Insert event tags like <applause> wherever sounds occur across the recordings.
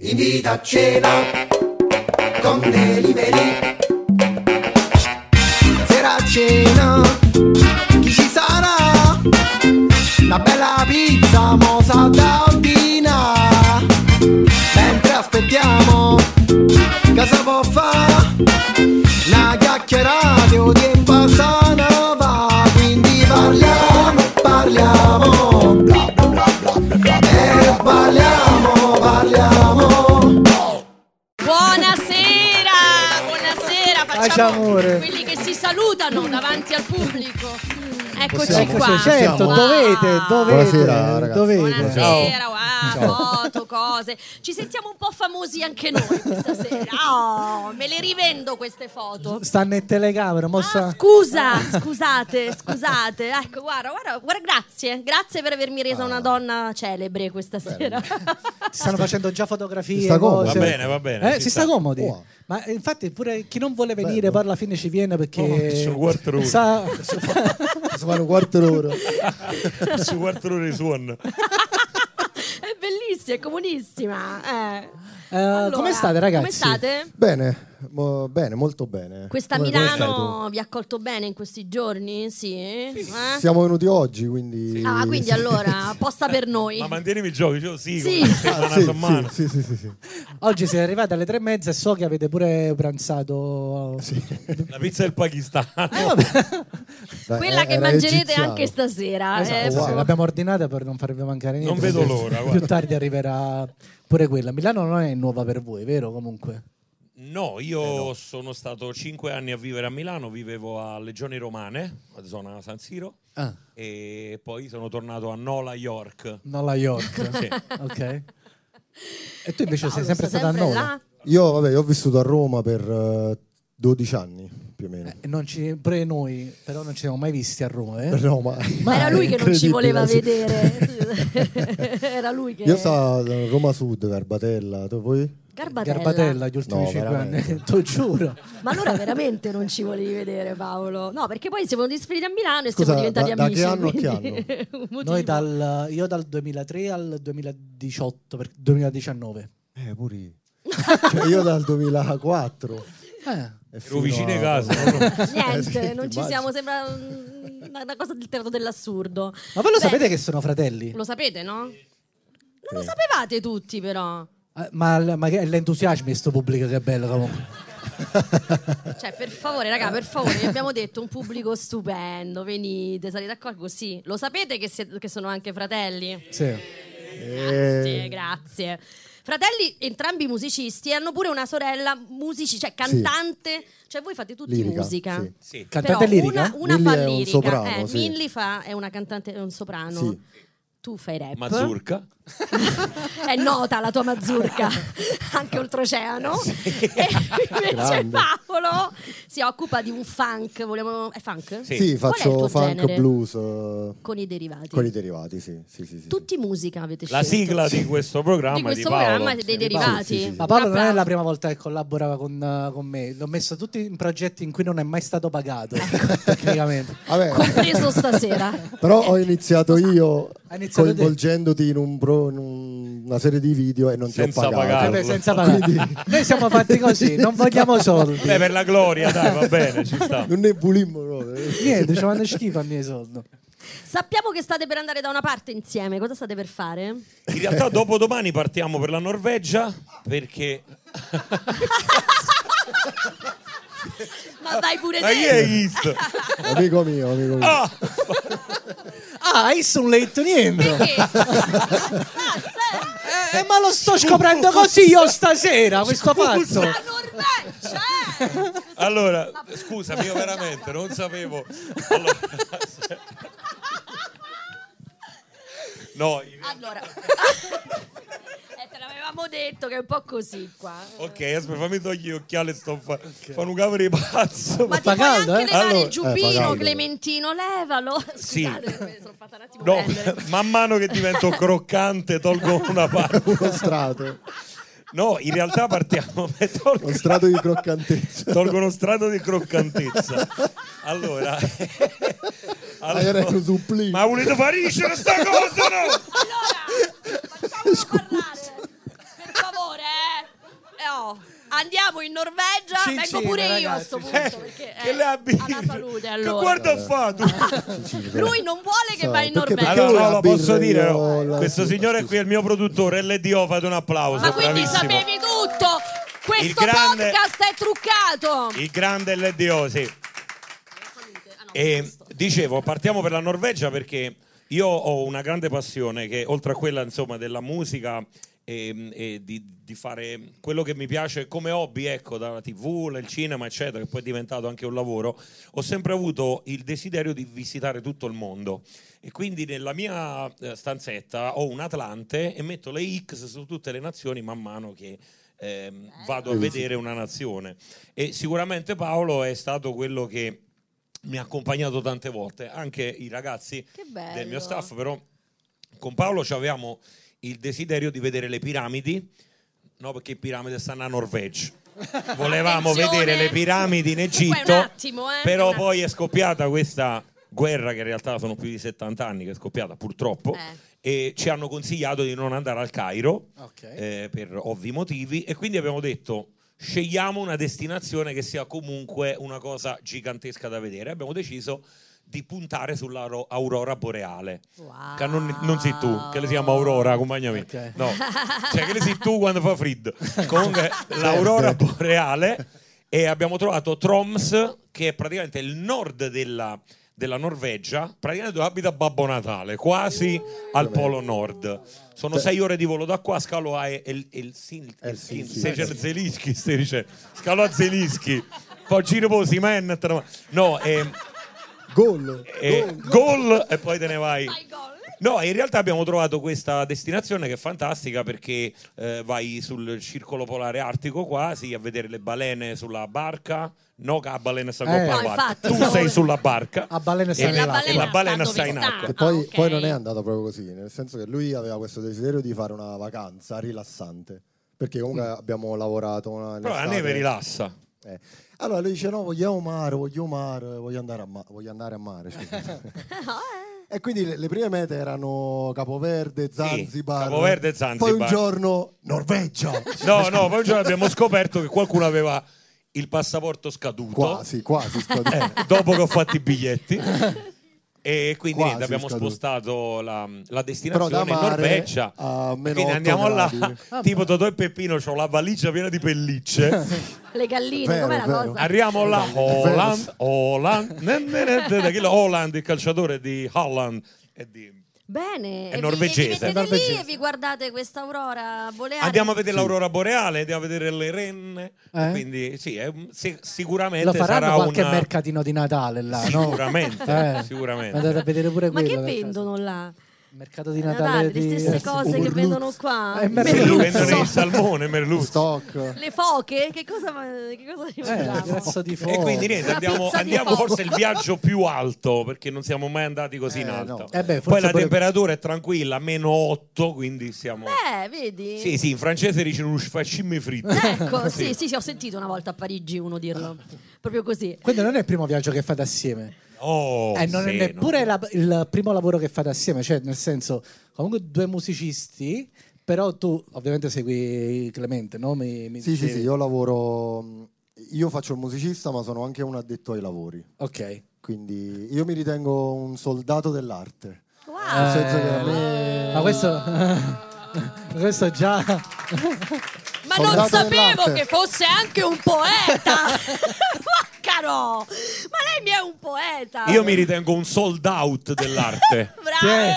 Invita a cena con delivery. Sera a cena, chi ci sarà? Una bella pizza mosa da ordina. Mentre aspettiamo, cosa può fa? Una chiacchierata o di imbasanava. Quindi parliamo, parliamo. Bla bla bla bla bla bla. E parliamo, parliamo. Buonasera, buonasera, Pace, facciamo amore. quelli che si salutano davanti al pubblico. Eccoci Possiamo, Ecco, qua. possiamo, Certo, Wow. dovete, dovete, Buonasera, ragazzi. dovete. Buonasera, wow, foto, cose. Ci sentiamo un po' famosi anche noi questa sera. Oh, me le rivendo queste foto. Stanno in telecamera, mossa. Ah, scusa, scusate, scusate. Ecco, guarda, guarda, guarda, grazie. Grazie per avermi Ah. resa una donna celebre questa sera. stanno facendo già fotografie. Si sta comodo. cose. Va bene, va bene, Eh, si si sta. sta comodi. Buono. Ma eh, infatti, pure chi non vuole venire, poi alla fine ci viene perché. Oh, che sono quattro ore. sa- Si fanno quarto d'ora. <laughs> su quarto ore suon. è bellissima, è comunissima. eh. Eh, Allora, come state, ragazzi? Come state? Bene, mo- bene, molto bene. Questa Come- come stai Milano vi ha accolto bene in questi giorni? Sì? Eh? tu? Siamo venuti oggi, quindi... Ah, quindi sì. allora, apposta per noi. Ma mantienimi i giochi, cioè, sì, Sì. sì. settimana Ah, sì, settimana. sì, sì, sì, sì, sì. Oggi siete arrivati alle tre e mezza e so che avete pure pranzato. La pizza del Pakistan. Eh, vabbè. Dai, Quella eh, che era mangerete egiziano. anche stasera. Esatto, eh, sì, proprio- l'abbiamo ordinata per non farvi mancare niente. Non vedo perché l'ora, Più guarda. tardi arriverà pure quella. Milano non è nuova per voi, vero? Comunque. No, io Eh, sono stato cinque anni a vivere a Milano, vivevo a Legioni Romane, a zona San Siro, Ah, e poi sono tornato a Nola, York. non la York. <laughs> Sì. ok. E tu invece Paolo, sei sempre sta stata a noi. là? Io, vabbè, io ho vissuto a Roma per eh, 12 anni, più o meno. E Eh, non ci, pure noi, però non ci siamo mai visti a Roma. eh? Per Roma. Ma era lui che non ci Incredibile, voleva sì. vedere. <laughs> Era lui che... <laughs> Io stavo a Roma Sud, Garbatella, tu voi? Garbatella. Garbatella gli ultimi No, 5 veramente. anni, <laughs> te lo <laughs> giuro. Ma allora veramente non ci volevi vedere Paolo. No, perché poi siamo trasferiti a Milano e Scusa, siamo diventati da- da amici. che anno a che quindi- <laughs> un motivo. Noi dal, io dal 2003 al 2018, per 2019. Eh, pure io. Cioè, io dal 2004. Eh, e Ero fino vicino ai a- casa. no? Niente, <laughs> Eh non sì, ci immagino. siamo, sembra mm, una, una cosa del teatro dell'assurdo. Ma voi lo Beh, sapete che sono fratelli? Lo sapete, no? Non lo sapevate tutti, però. Eh, Ma, ma che- l'entusiasmo di sto pubblico che è bello comunque. Cioè, per favore, raga, per favore, vi abbiamo detto un pubblico stupendo. Venite, sarete d'accordo? Sì. Lo sapete che, siete- che sono anche fratelli? Sì. Eh, Grazie, grazie. Fratelli, entrambi musicisti, e hanno pure una sorella musici, cioè cantante. Cioè, voi fate tutti Lirica, musica. sì. Sì. Cantante Però lirica? Una, una Milly fa è un lirica, soprano, eh, sì. Milly fa, è una cantante, è un soprano. Sì. Tu fai rap. Mazurka. È nota la tua mazurka, anche oltreoceano. E invece Grande. Paolo si occupa di un funk. Vogliamo... È funk? Sì. Sì, Qual è il faccio tuo funk genere? blues eh, Con i derivati. con i derivati, sì. sì, sì, sì, sì. Tutti <laughs> musica avete La scelto. sigla di questo programma di questo è di Paolo. programma dei derivati. sì, sì, sì. Ma Paolo Un non è la applauso. prima volta che collaborava con, eh, con me. L'ho messo tutti in progetti in cui non è mai stato pagato, <laughs> tecnicamente. Vabbè, Compreso stasera. <laughs> però ho iniziato io Ha iniziato te. coinvolgendoti in, un pro- in un- una serie di video e non Senza ti ho pagato. pagarlo. Vabbè, senza pagare. Noi siamo fatti così, non vogliamo soldi. Beh, per la gloria, dai, va bene, <laughs> ci sta. Non ne bulimmo proprio. Niente, ci fanno schifo a miei soldi. Sappiamo che state per andare da una parte insieme. Cosa state per fare? In realtà dopo domani partiamo per la Norvegia perché... Ma dai pure Ma chi te. è East? <laughs> Amico mio, amico mio. <laughs> Ah, io sono letto niente. Perché? Cazzo, eh? Eh, ma lo sto scoprendo così io stasera, questo pazzo. La Norvegia! eh! Allora, scusami, io veramente non sapevo. Allora- no, in- Allora, <laughs> eh, te l'avevamo detto che è un po' così qua. ok, aspetta, fammi togliere gli occhiali, sto fa, fanno un cavolo di pazzo. Ma ti fa puoi caldo, anche eh? levare Allora- il giubbino, Eh, fa caldo. Clementino, levalo. Sì. Scusate, mi sono fatta un attimo No, prendere. man mano che divento croccante tolgo una parte. Uno strato, No, in realtà partiamo <laughs> e tolgo, uno strato di <laughs> croccantezza. tolgo uno strato di croccantezza. <laughs> Allora, Ma era un supplì. ma volete fare sta cosa no? Allora, facciamolo parlare, per favore, ho. Andiamo in Norvegia, Cin vengo cin, pure io a ragazzi, sto cin punto. cin. perché, Che eh, le abbini? alla salute allora. Eh. Che guarda Eh. ha fatto? Lui non vuole che vai in Perché- Norvegia. perché Allora, io no, la lo posso birra dire. io no? la- Questo signore qui è il mio produttore, LDO, fate un applauso. Ma quindi bravissimo. sapevi tutto! Il Questo grande- podcast è truccato! Il grande LDO, sì. E dicevo, partiamo per la Norvegia perché io ho una grande passione che oltre a quella insomma della musica e, e di, di fare quello che mi piace come hobby, ecco, dalla tv, dal cinema, eccetera, che poi è diventato anche un lavoro, ho sempre avuto il desiderio di visitare tutto il mondo. E quindi nella mia eh, stanzetta ho un Atlante e metto le X su tutte le nazioni man mano che ehm, vado a vedere una nazione. E sicuramente Paolo è stato quello che mi ha accompagnato tante volte, anche i ragazzi Che bello. del mio staff, però con Paolo ci avevamo il desiderio di vedere le piramidi, no perché piramidi stanno a <laughs> Norvegia. Volevamo Attenzione. vedere le piramidi in E poi Egitto, un attimo, eh, un però attimo. poi è scoppiata questa guerra che in realtà sono più di 70 anni che è scoppiata purtroppo Eh. e ci hanno consigliato di non andare al Cairo Ok. eh, per ovvi motivi e quindi abbiamo detto scegliamo una destinazione che sia comunque una cosa gigantesca da vedere. Abbiamo deciso di puntare sull'aurora boreale. Wow. Che non, non sei tu, che le si chiama Aurora, compagna mia. Ok. No, cioè che le sei tu quando fa freddo. Comunque l'aurora boreale e abbiamo trovato Troms, che è praticamente il nord della, della Norvegia, praticamente dove abita Babbo Natale, quasi al polo nord. Sono sei ore di volo da qua, scalo a El- Cioè El- Sin- Helsinki. Helsinki. Seger- Zelischi, stai dicendo. Scalo a Zelischi. Poi giro posi, man. te ne- No, ehm, Gol. e gol e poi te ne vai. Fai gol. No, in realtà abbiamo trovato questa destinazione che è fantastica perché eh, vai sul circolo polare artico quasi a vedere le balene sulla barca. No, che la balena sta Eh. con No, la barca. infatti, Tu stavo- sei sulla barca. A balena sta E nell'acqua. la- e la balena sta sta in dove sta. acqua. Che poi, Ah, ok. poi non è andata proprio così, nel senso che lui aveva questo desiderio di fare una vacanza rilassante, perché comunque abbiamo lavorato una, Mm. Però la l'estate- neve rilassa. eh. Allora lui dice no, vogliamo mare, voglio mare, voglio andare a, ma- voglio andare a <laughs> mare. scusa. e quindi le, le prime mete erano Capoverde, Zanzibar. Capoverde e Zanzibar. Poi un giorno Norvegia. <laughs> No, no, poi un giorno abbiamo scoperto che qualcuno aveva il passaporto scaduto. quasi, quasi. <laughs> scaduto. Eh, dopo che ho fatto i biglietti. E quindi Quasi niente, abbiamo scaduto. spostato la, la Però da destinazione in mare Norvegia. a meno Quindi otto andiamo là, gradi. <laughs> tipo Totò e Peppino, ho la valigia piena di <laughs> pellicce. Le galline, Vero, com'è la vero. cosa? Arriviamo là, Holland, Holland, ne- ne- ne- ne- ne- chi lo- Holland, il calciatore di Holland. e di- Bene, È e vi- norvegese. e Vi, È mettete lì norvegese. e vi guardate questa aurora boreale. Andiamo a vedere l'aurora boreale, andiamo a vedere le renne. Eh? Quindi sì, è un- si- sicuramente Lo faranno sarà qualche una... mercatino di Natale là, no? Sicuramente, Eh. sicuramente. Andate a vedere pure Ma quello. che per caso. vendono là? Mercato di A Natale, Natale, le di- stesse cose che Overlook. vendono qua. Eh, I merda. Sì, merluzzo. vendono il salmone, merluzzo. Stock. Le foche? Che cosa, che cosa ci Eh, mangiamo? cazzo di fuoco. E quindi niente, Una andiamo, pizza di andiamo fuoco. forse il viaggio più alto perché non siamo mai andati così in Eh, alto. no. Eh beh, forse Poi la pure- temperatura è tranquilla, meno 8, quindi siamo... Beh, vedi? Sì, sì, in francese dicono fascimme fritto. <laughs> Ecco, sì, sì, sì, ho sentito una volta a Parigi uno dirlo. Proprio così. Quindi non è il primo viaggio che fate assieme. Oh, e Eh, non sì, è neppure la- il primo lavoro che fate assieme, cioè nel senso, comunque due musicisti, però tu ovviamente segui Clemente, no? Mi- mi Sì, sì, sì, dicevi. io lavoro... Io faccio il musicista, ma sono anche un addetto ai lavori. Ok. Quindi io mi ritengo un soldato dell'arte. Wow. Eh, Nel senso che a eh. me... Ma questo... <laughs> questo già... Ma non Soldato sapevo dell'arte. che fosse anche un poeta! <laughs> Ma caro! Ma lei mi è un poeta! Io mi ritengo un sold out dell'arte. <laughs> Bravo! Sì.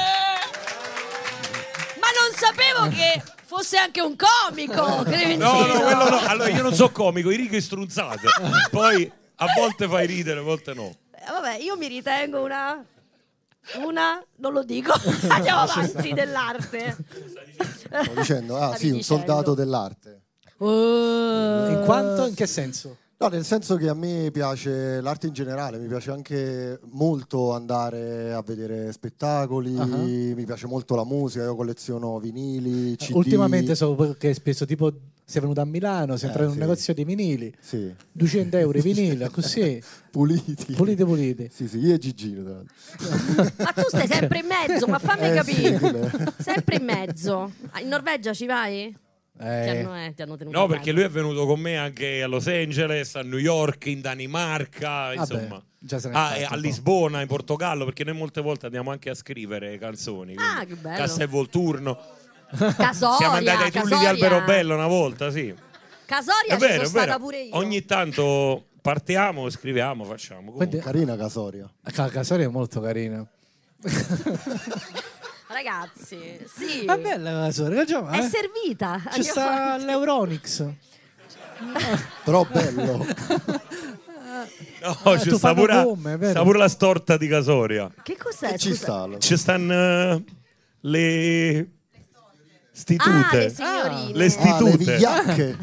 Ma non sapevo che fosse anche un comico! Clementino. No, no, quello no. Allora, io non so comico, i righe strunzate. Poi a volte fai ridere, a volte no. Eh, Vabbè, io mi ritengo una... Una... non lo dico. Andiamo avanti dell'arte. Stavo dicendo, ah Stavi sì, un dicendo. soldato dell'arte. Eh, In quanto? In che senso? No, nel senso che a me piace l'arte in generale, mi piace anche molto andare a vedere spettacoli, Ah. mi piace molto la musica, io colleziono vinili, CD. Eh, Ultimamente so che spesso tipo sei venuto a Milano, sei entrato in un Eh, sì. negozio di vinili, Sì, 200 euro i <laughs> vinili, così, Eh, puliti. pulite pulite. Sì, sì, io e Gigino. tra l'altro. Ma tu stai sempre in mezzo, ma fammi Eh, sì, capire. quello è. Sempre in mezzo. Ah, In Norvegia ci vai? Che Eh, anno è? Ti hanno tenuto No, a perché casa? lui è venuto con me anche a Los Angeles, a New York, in Danimarca, insomma. già se n'è Ah, fatto e un a po'. Lisbona, in Portogallo, perché noi molte volte andiamo anche a scrivere canzoni. Ah, quindi che bello. Cassa e Volturno. Casoria, Siamo andati ai Tulli di Casoria. Alberobello una volta, sì. Casoria È ci vero, sono è stata vero. pure io. Ogni tanto partiamo, scriviamo, facciamo. Quindi- comunque. Carina Casoria. Ca- Casoria è molto carina. Ragazzi, sì. Ma bella la Casoria, ragione, È eh? servita. Ci andiamo sta avanti. <laughs> l'Euronix. Però bello. No, eh, c'è tu sta fanno pure, gomme, è vero. sta pure la storta di Casoria. Che Eh, cos'è? Ci scusa? sta. lo- Ci stanno eh, le Ah, stitute. le signorine. Le sti- Ah, le Istitute. vigliacche.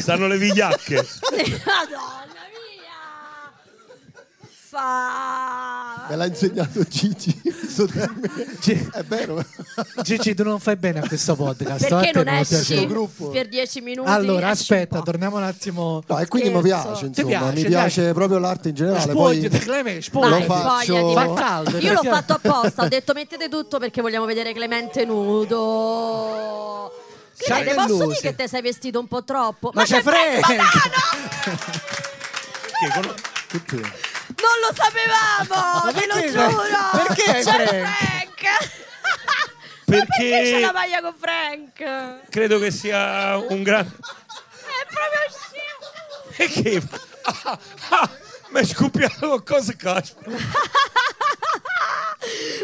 Stanno le vigliacche. <laughs> Madonna mia! Fa... Me l'ha insegnato Gigi. questo termine. Gi- È vero. Gigi, tu non fai bene a questo podcast. a Perché te non non piace. esci gruppo. per dieci minuti? Allora, Esci un aspetta, po'. torniamo un attimo. No, e quindi mi Scherzo. piace, Ti insomma, piace, mi piace proprio l'arte in generale. Spogli, Poi Cleme, Vai, spogli. Lo fa- faccio- spogliati, per Fa caldo, favore. Io l'ho perché- fatto apposta, ho detto mettete tutto perché vogliamo vedere Clemente nudo. Clemente, posso dire Sciacallusi. che te sei vestito un po' troppo? Ma c'è Franco Frank! Padano! Che con- tutti. Non lo sapevamo, Ma te lo perché giuro! Frank? Perché c'è Frank? <laughs> Frank? Ma Perché- perché c'è la maglia con Frank? È Credo che sia un grande. proprio scemo! Perché? Ah, ah, mi hai scoppiato qualcosa, caspita.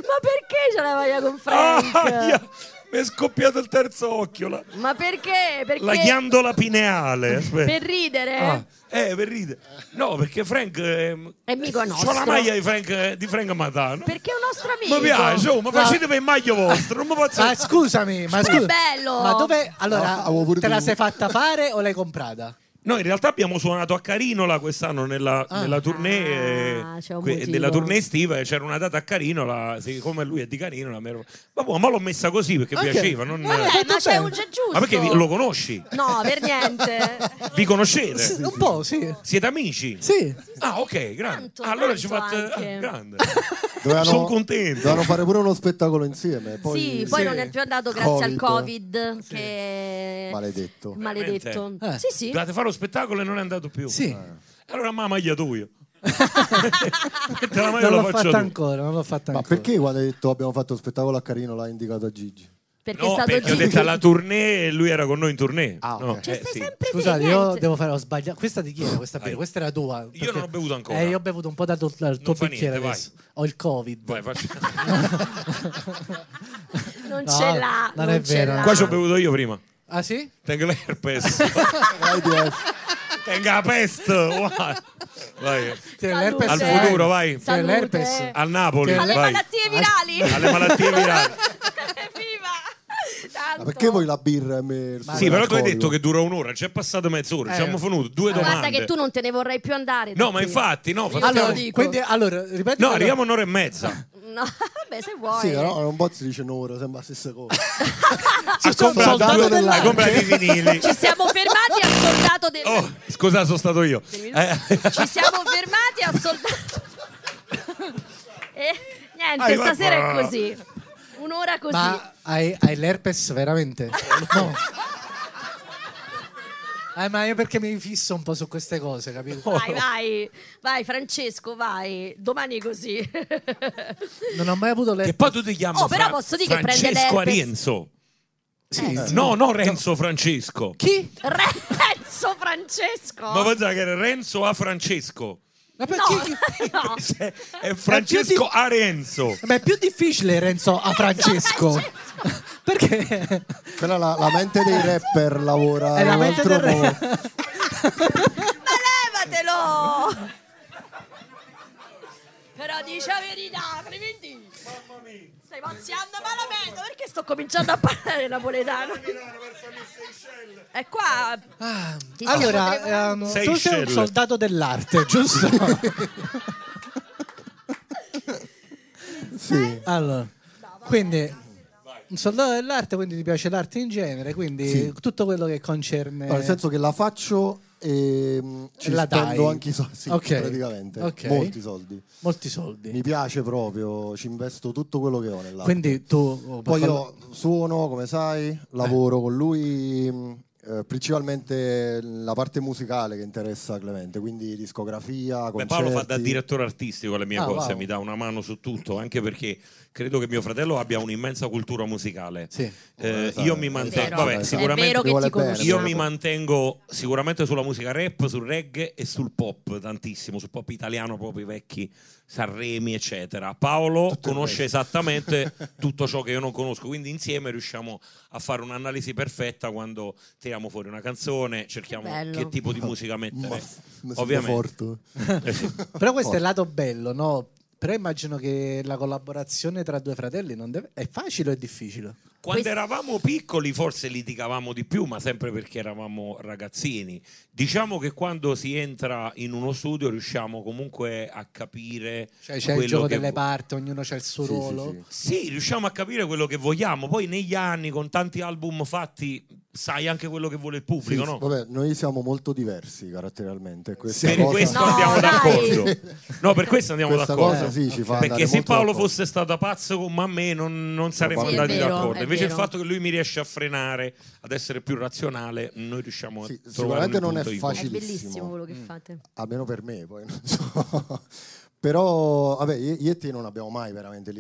Ma perché c'è la maglia con Frank? Ah, ia, mi è scoppiato il terzo occhio, la, Ma perché? Perché la ghiandola pineale. Aspetta. per ridere? Ah, eh, per ridere. No, perché Frank. ehm, È amico nostro. C'ho la maglia di Frank, eh, di Frank Matano. Perché è un nostro amico. Mi piace, oh, ma No. facetevi il maglio vostro. Non mi faccio. Ah, Ma scusami, ma Però è scusa. bello. Ma dove allora No, avevo pure te la dovuto. sei fatta fare o l'hai comprata? Noi in realtà abbiamo suonato a Carinola quest'anno nella, nella tournée, eh, Ah, c'è un que- motivo. nella tournée estiva e c'era una data a Carinola, siccome lui è di Carinola, mi ero- ma boh, ma l'ho messa così perché Ok. piaceva. non- Ah, Vabbè, Eh, ma Tutto c'è bene. un c'è giusto. Ma perché vi- lo conosci? No, per <laughs> niente. Vi conoscete? Un po', sì. Siete amici? Sì. Ah, ok, grande. Tanto, Ah, allora tanto ci fate. anche. ah, grande. Dovevano- Sono contento. Dovevano fare pure uno spettacolo insieme. Poi, sì, poi sì. non è più andato grazie al Covid. Covid che Maledetto. Maledetto. Eh. Sì, sì. Dovete fare lo spettacolo e non è andato più. Ah. Sì. Allora, <laughs> ma magliatoio. Mette la maglia Non e la l'ho faccio fatta tu. ancora, non l'ho fatta Ma ancora. perché quando hai detto abbiamo fatto lo spettacolo a Carino l'ha indicato a Gigi? Perché è No, stato perché ho Gigi. detto alla tournée e lui era con noi in tournée. Ah, ok. No, Cioè, eh, stai sì. sempre te, Scusate, io niente. devo fare, ho sbagliato. Questa di chi era? Questa, Vai. birra? questa era tua. perché- non ho bevuto ancora. Eh, io ho bevuto un po' dal tuo, dal tuo fa bicchiere niente, vai. adesso. Ho il Covid. <laughs> Vai, faccio. Non No, ce l'ha. non è ce vero. l'ha. Qua ci ho bevuto io prima. Ah, sì? Tengo l'herpes. <laughs> Ah. eh, Tengo la peste. Vai. Vai. Sì, Salute. l'herpes Al è- futuro, vai. Sì, Cioè, l'herpes. Ah, Salute. Al Napoli. Che- Alle Ah, eh, vai. malattie virali. <laughs> Alle malattie virali. Viva! Tanto. Ma perché voi la birra e me il Sì, però tu hai superalcolico? detto che dura un'ora, ci è passato mezz'ora, Eh. ci abbiamo venuto due Ma domande. Guarda che tu non te ne vorrai più andare. da No, ma qui. infatti, no, fa- Io te lo Allora, dico. quindi, allora, ripeti. no, arriviamo un'ora e mezza. No, <laughs> vabbè, se vuoi. Sì, però un po' si dice un'ora, sembra la stessa cosa. ah, Ha sono soldato comprato due- dell'arte. ha comprato Eh, i vinili. Ci siamo fermati al soldato del... Oh, scusa, sono stato io. Eh, Ci siamo fermati al soldato... e niente, Ai, stasera vabbè. è così. Un'ora così. Ma hai, hai l'herpes <laughs> veramente? No. Eh, ma io perché mi fisso un po' su queste cose, capito? Vai, vai, vai Francesco, vai. Domani è così. Non ho mai avuto l'herpes. che poi tu ti chiami Oh, però Fra- posso dire che prende Francesco l'herpes. Arienzo. Sì, Eh, No, no, Renzo Francesco. Chi? Renzo Francesco. Ma pensavo che era Renzo a Francesco. Ma No, perché? no. Cioè, è Francesco È più di- a Renzo. Ma è più difficile Renzo a Francesco. perché? Quella la, la mente dei rapper lavora È in la un mente altro del re. modo. Ma levatelo! Però dice la verità, altrimenti... Stai pazziando malamente, perché sto cominciando a parlare napoletano? È qua... Ti stiamo Allora, preparando. ehm, tu sei un Seychelles. soldato dell'arte, giusto? Sì. allora, quindi... Un soldato dell'arte, quindi ti piace l'arte in genere, quindi Sì. tutto quello che concerne... No, nel senso che la faccio e mm, ci La dai. spendo anche i soldi, sì, Ok. praticamente, Ok. molti soldi. Molti soldi. Mi piace proprio, ci investo tutto quello che ho nell'arte. Quindi tu... oh, per Poi farlo- io suono, come sai, lavoro con lui mh, eh, principalmente la parte musicale che interessa a Clemente, quindi discografia, Beh, concerti. Paolo fa da direttore artistico le mie Ah, cose, wow. mi dà una mano su tutto, anche perché credo che mio fratello abbia un'immensa cultura musicale. Sì. Eh, Esatto. io mi È mantengo, vero. vabbè, È sicuramente è vero mi che vuole ti bene, conosciamo. Io mi mantengo sicuramente sulla musica rap, sul reggae e sul pop tantissimo, sul pop italiano, proprio i vecchi Sanremi, eccetera. Paolo conosce esattamente <laughs> tutto ciò che io non conosco, quindi insieme riusciamo a fare un'analisi perfetta quando tiriamo fuori una canzone, cerchiamo Che bello. che tipo di musica Ma- mettere. mi sento Ovviamente. forte. <laughs> Eh sì. <laughs> Però questo è il lato bello, no? Però immagino che la collaborazione tra due fratelli non deve... è facile o è difficile? Quando Quest- eravamo piccoli forse litigavamo di più, ma sempre perché eravamo ragazzini. Diciamo che quando si entra in uno studio riusciamo comunque a capire Cioè c'è il quello gioco che delle vu- parti, ognuno ha il suo Sì, sì, ruolo. sì. Sì, riusciamo a capire quello che vogliamo. Poi negli anni, con tanti album fatti, sai anche quello che vuole il pubblico, Sì, no? Vabbè, noi siamo molto diversi caratterialmente. questa Per cosa- questo No, andiamo dai. d'accordo. No, per questo andiamo Questa d'accordo. cosa sì, ci fa Perché andare se molto Paolo d'accordo. fosse stato pazzo con me non, non saremmo Sì, è andati vero, d'accordo. è Invece il vero. fatto che lui mi riesce a frenare, ad essere più razionale, noi riusciamo Sì, a trovare sicuramente un non è punto di incontro. È Facilissimo. bellissimo quello che fate. almeno per me, poi <laughs> non so. Però, vabbè, io io e te non abbiamo mai veramente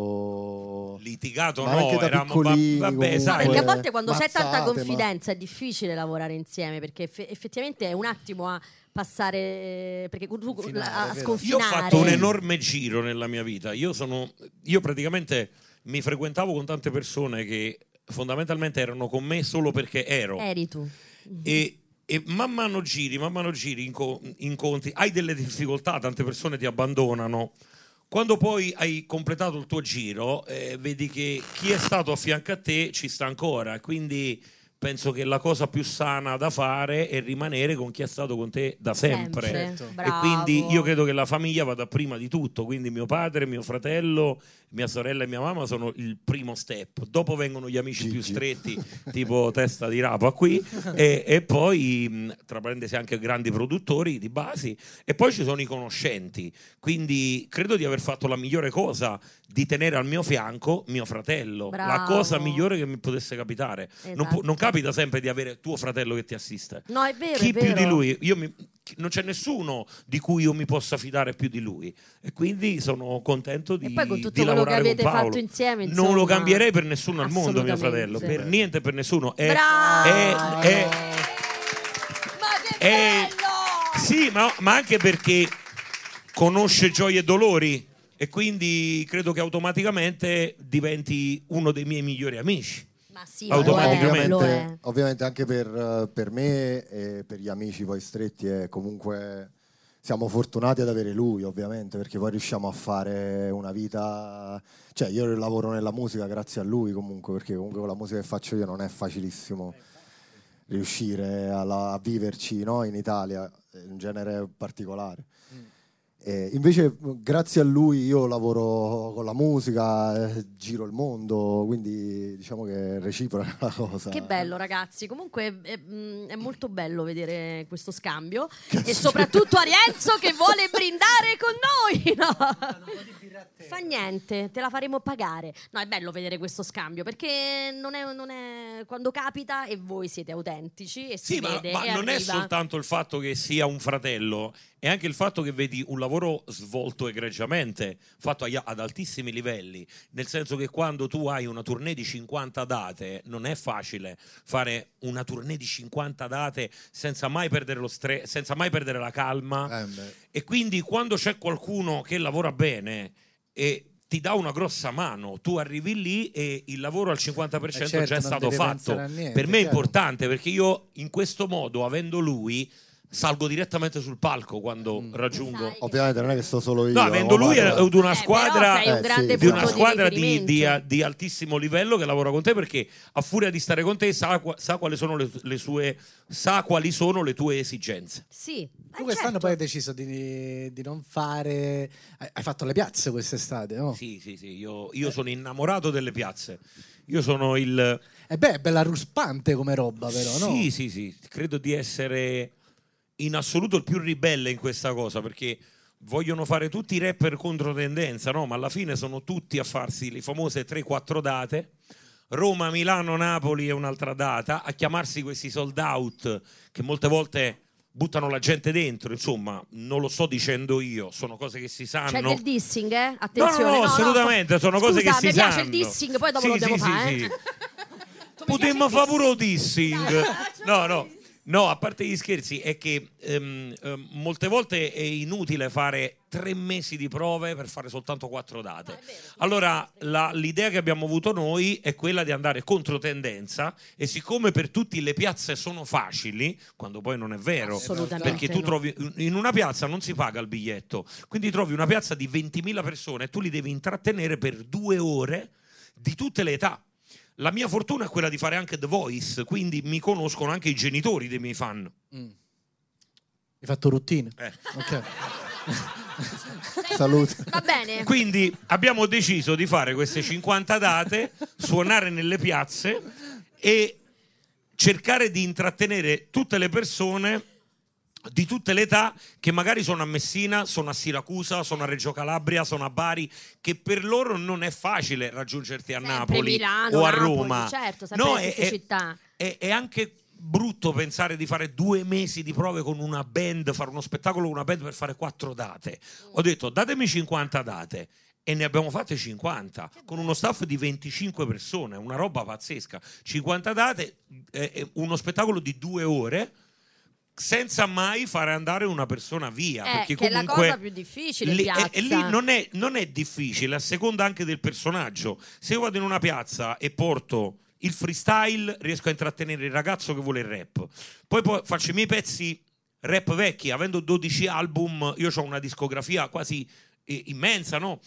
litigato. Litigato Ma no, anche da eravamo piccolini, va- vabbè, comunque. Ma sai, perché a Pure volte quando c'è mazzate, tanta ma- confidenza è difficile lavorare insieme perché eff- effettivamente è un attimo a passare perché tu- Confinare, a- a vero. Io ho sconfinare. Eh, fatto un enorme giro nella mia vita. Io sono. Io praticamente mi frequentavo con tante persone che fondamentalmente erano con me solo perché ero. Eri tu. E, e man mano giri, man mano giri, inco- incontri, hai delle difficoltà, tante persone ti abbandonano. Quando poi hai completato il tuo giro, eh, vedi che chi è stato a fianco a te ci sta ancora. Quindi penso che la cosa più sana da fare è rimanere con chi è stato con te da sempre. Certo. E Bravo. E quindi io credo che la famiglia vada prima di tutto, quindi mio padre, mio fratello, mia sorella e mia mamma sono il primo step, dopo vengono gli amici più Gigi. <laughs> stretti, tipo testa di rapa qui, e, e poi mh, tra parentesi anche grandi produttori di basi, e poi ci sono i conoscenti, quindi credo di aver fatto la migliore cosa di tenere al mio fianco mio fratello, la Bravo. cosa migliore che mi potesse capitare. Non, pu- Esatto. non capita sempre di avere tuo fratello che ti assiste No, è vero, chi è vero. più di lui? Io mi- chi- non c'è nessuno di cui io mi possa fidare più di lui. E quindi sono contento di, E poi con tutto di quello che lavorare avete con Paolo. fatto insieme, non insomma. lo cambierei per nessuno al mondo, mio Assolutamente. fratello. Per niente, per nessuno. È, Bravo! è- è- Ma che è- sì, ma, ma anche perché conosce gioie e dolori. E quindi credo che automaticamente diventi uno dei miei migliori amici. Ma sì, Ma lo è, Automaticamente. lo è. ovviamente, ovviamente anche per, eh, per me e per gli amici poi stretti è comunque siamo fortunati ad avere lui ovviamente perché poi riusciamo a fare una vita cioè io lavoro nella musica grazie a lui comunque perché comunque con la musica che faccio io non è facilissimo riuscire a, la- a viverci no? in Italia è un genere particolare Eh, invece mh, grazie a lui io lavoro con la musica, eh, giro il mondo, quindi diciamo che è reciproca <laughs> la Esatto. cosa. Che bello ragazzi, comunque è, mm, è molto bello vedere questo scambio e soprattutto Arienzo che vuole brindare con noi. <laughs> No? Fa niente, te la faremo pagare. No, è bello vedere questo scambio perché non è, non è- quando capita e voi siete autentici e si Sì, ma, vede ma e non è arriva. soltanto il fatto che sia un fratello, è anche il fatto che vedi un lavoro svolto egregiamente, fatto agli- ad altissimi livelli, nel senso che quando tu hai una tournée di 50 date, non è facile fare una tournée di 50 date senza mai perdere lo stress, senza mai perdere la calma, Eh, e quindi quando c'è qualcuno che lavora bene e ti dà una grossa mano, tu arrivi lì e il lavoro al 50% Eh, certo, già è non stato devi fatto. pensare a niente, per me è chiaro. importante perché io in questo modo, avendo lui, salgo direttamente sul palco quando Mm. raggiungo. Sai. Ovviamente non è che sto solo io. No, avendo lui guarda. è di una Eh, squadra però sei un Eh, grande sì, di una punto squadra di, riferimento. di- di altissimo livello che lavora con te perché a furia di stare con te sa, qua- sa quali sono le, le sue sa quali sono le tue esigenze Sì, eh, Tu certo. quest'anno poi hai deciso di, di non fare... Hai hai fatto le piazze quest'estate, no? Eh. sì sì sì io, io sono innamorato delle piazze io sono il Eh E beh, è bella ruspante come roba però, no? Sì, sì, sì, credo di essere in assoluto il più ribelle in questa cosa perché vogliono fare tutti i rapper contro tendenza, no? Ma alla fine sono tutti a farsi le famose 3-4 date. Roma, Milano, Napoli è un'altra data, a chiamarsi questi sold out che molte volte buttano la gente dentro, insomma, non lo sto dicendo io, sono cose che si Cioè, sanno. C'è del dissing, eh? Attenzione. No, no, no, assolutamente, sto- sono cose Scusa, che si mi sanno. piace il dissing, poi dopo Sì, lo devo sì, fare. <laughs> sì, eh. sì. Tu mi piace il dissing? Potremmo fare Cioè, pure un <laughs> dissing. Dai, No, no. No, a parte gli scherzi, è che ehm, ehm, molte volte è inutile fare tre mesi di prove per fare soltanto quattro date. Allora, la- l'idea che abbiamo avuto noi è quella di andare contro tendenza e siccome per tutti le piazze sono facili, quando poi non è vero, Assolutamente perché Ah, tu no. trovi in una piazza non si paga il biglietto, quindi trovi una piazza di 20.000 persone e tu li devi intrattenere per due ore di tutte le età. La mia fortuna è quella di fare anche The Voice, quindi mi conoscono anche i genitori dei miei fan. Mm. Hai fatto routine. Eh. Ok. Salute. Eh, Va bene. Quindi abbiamo deciso di fare queste 50 date, suonare nelle piazze e cercare di intrattenere tutte le persone di tutte le età che magari sono a Messina, sono a Siracusa, sono a Reggio Calabria, sono a Bari, che per loro non è facile raggiungerti a Sempre Napoli Milano, o a Napoli, Roma. certo, sempre le stesse città. È, è anche brutto pensare di fare due mesi di prove con una band, fare uno spettacolo con una band per fare quattro date. Ho detto datemi 50 date e ne abbiamo fatte 50 con uno staff di 25 persone, una roba pazzesca. 50 date, eh, eh, uno spettacolo di due ore senza mai fare andare una persona via. Eh, perché che è la comunque cosa più difficile, lì- piazza. e, e lì non è, non è difficile, a seconda anche del personaggio. Se io vado in una piazza e porto il freestyle, riesco a intrattenere il ragazzo che vuole il rap. Poi, poi faccio i miei pezzi rap vecchi, avendo 12 album, io ho una discografia quasi eh, immensa, no?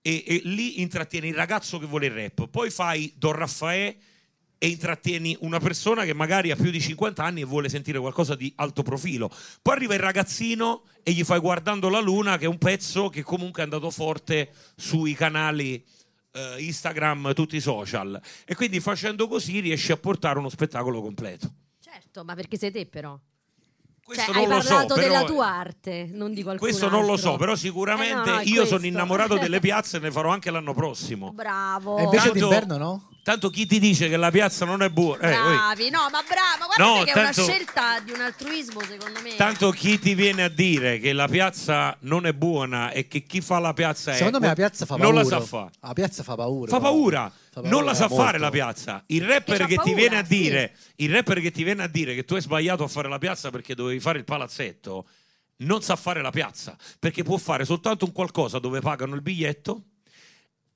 E, e lì intrattieni il ragazzo che vuole il rap. Poi fai Don Raffaele e intrattieni una persona che magari ha più di 50 anni e vuole sentire qualcosa di alto profilo. Poi arriva il ragazzino e gli fai Guardando la Luna, che è un pezzo che comunque è andato forte sui canali eh, Instagram, tutti i social. E quindi facendo così riesci a portare uno spettacolo completo. Certo, ma perché sei te però? Questo Cioè, non hai lo so, parlato però- eh, della tua arte, non di qualcun Questo non lo altro. so, però Eh, sicuramente no, no, è io sono questo. <laughs> innamorato delle <laughs> piazze e ne farò anche l'anno prossimo. Bravo. E invece Tanto- d'inverno no? Tanto chi ti dice che la piazza non è buona? Eh, oi. Bravi, no, ma bravo, guarda No, che è tanto- una scelta di un altruismo secondo me. Tanto chi ti viene a dire che la piazza non è buona e che chi fa la piazza è Secondo me la piazza fa non paura. la sa fare. La piazza fa paura. Fa paura, Fa non la sa molto. fare la piazza. Il Perché rapper c'ha che ti paura, viene a sì. dire, il rapper che ti viene a dire che tu hai sbagliato a fare la piazza perché dovevi fare il palazzetto, non sa fare la piazza, perché può fare soltanto un qualcosa dove pagano il biglietto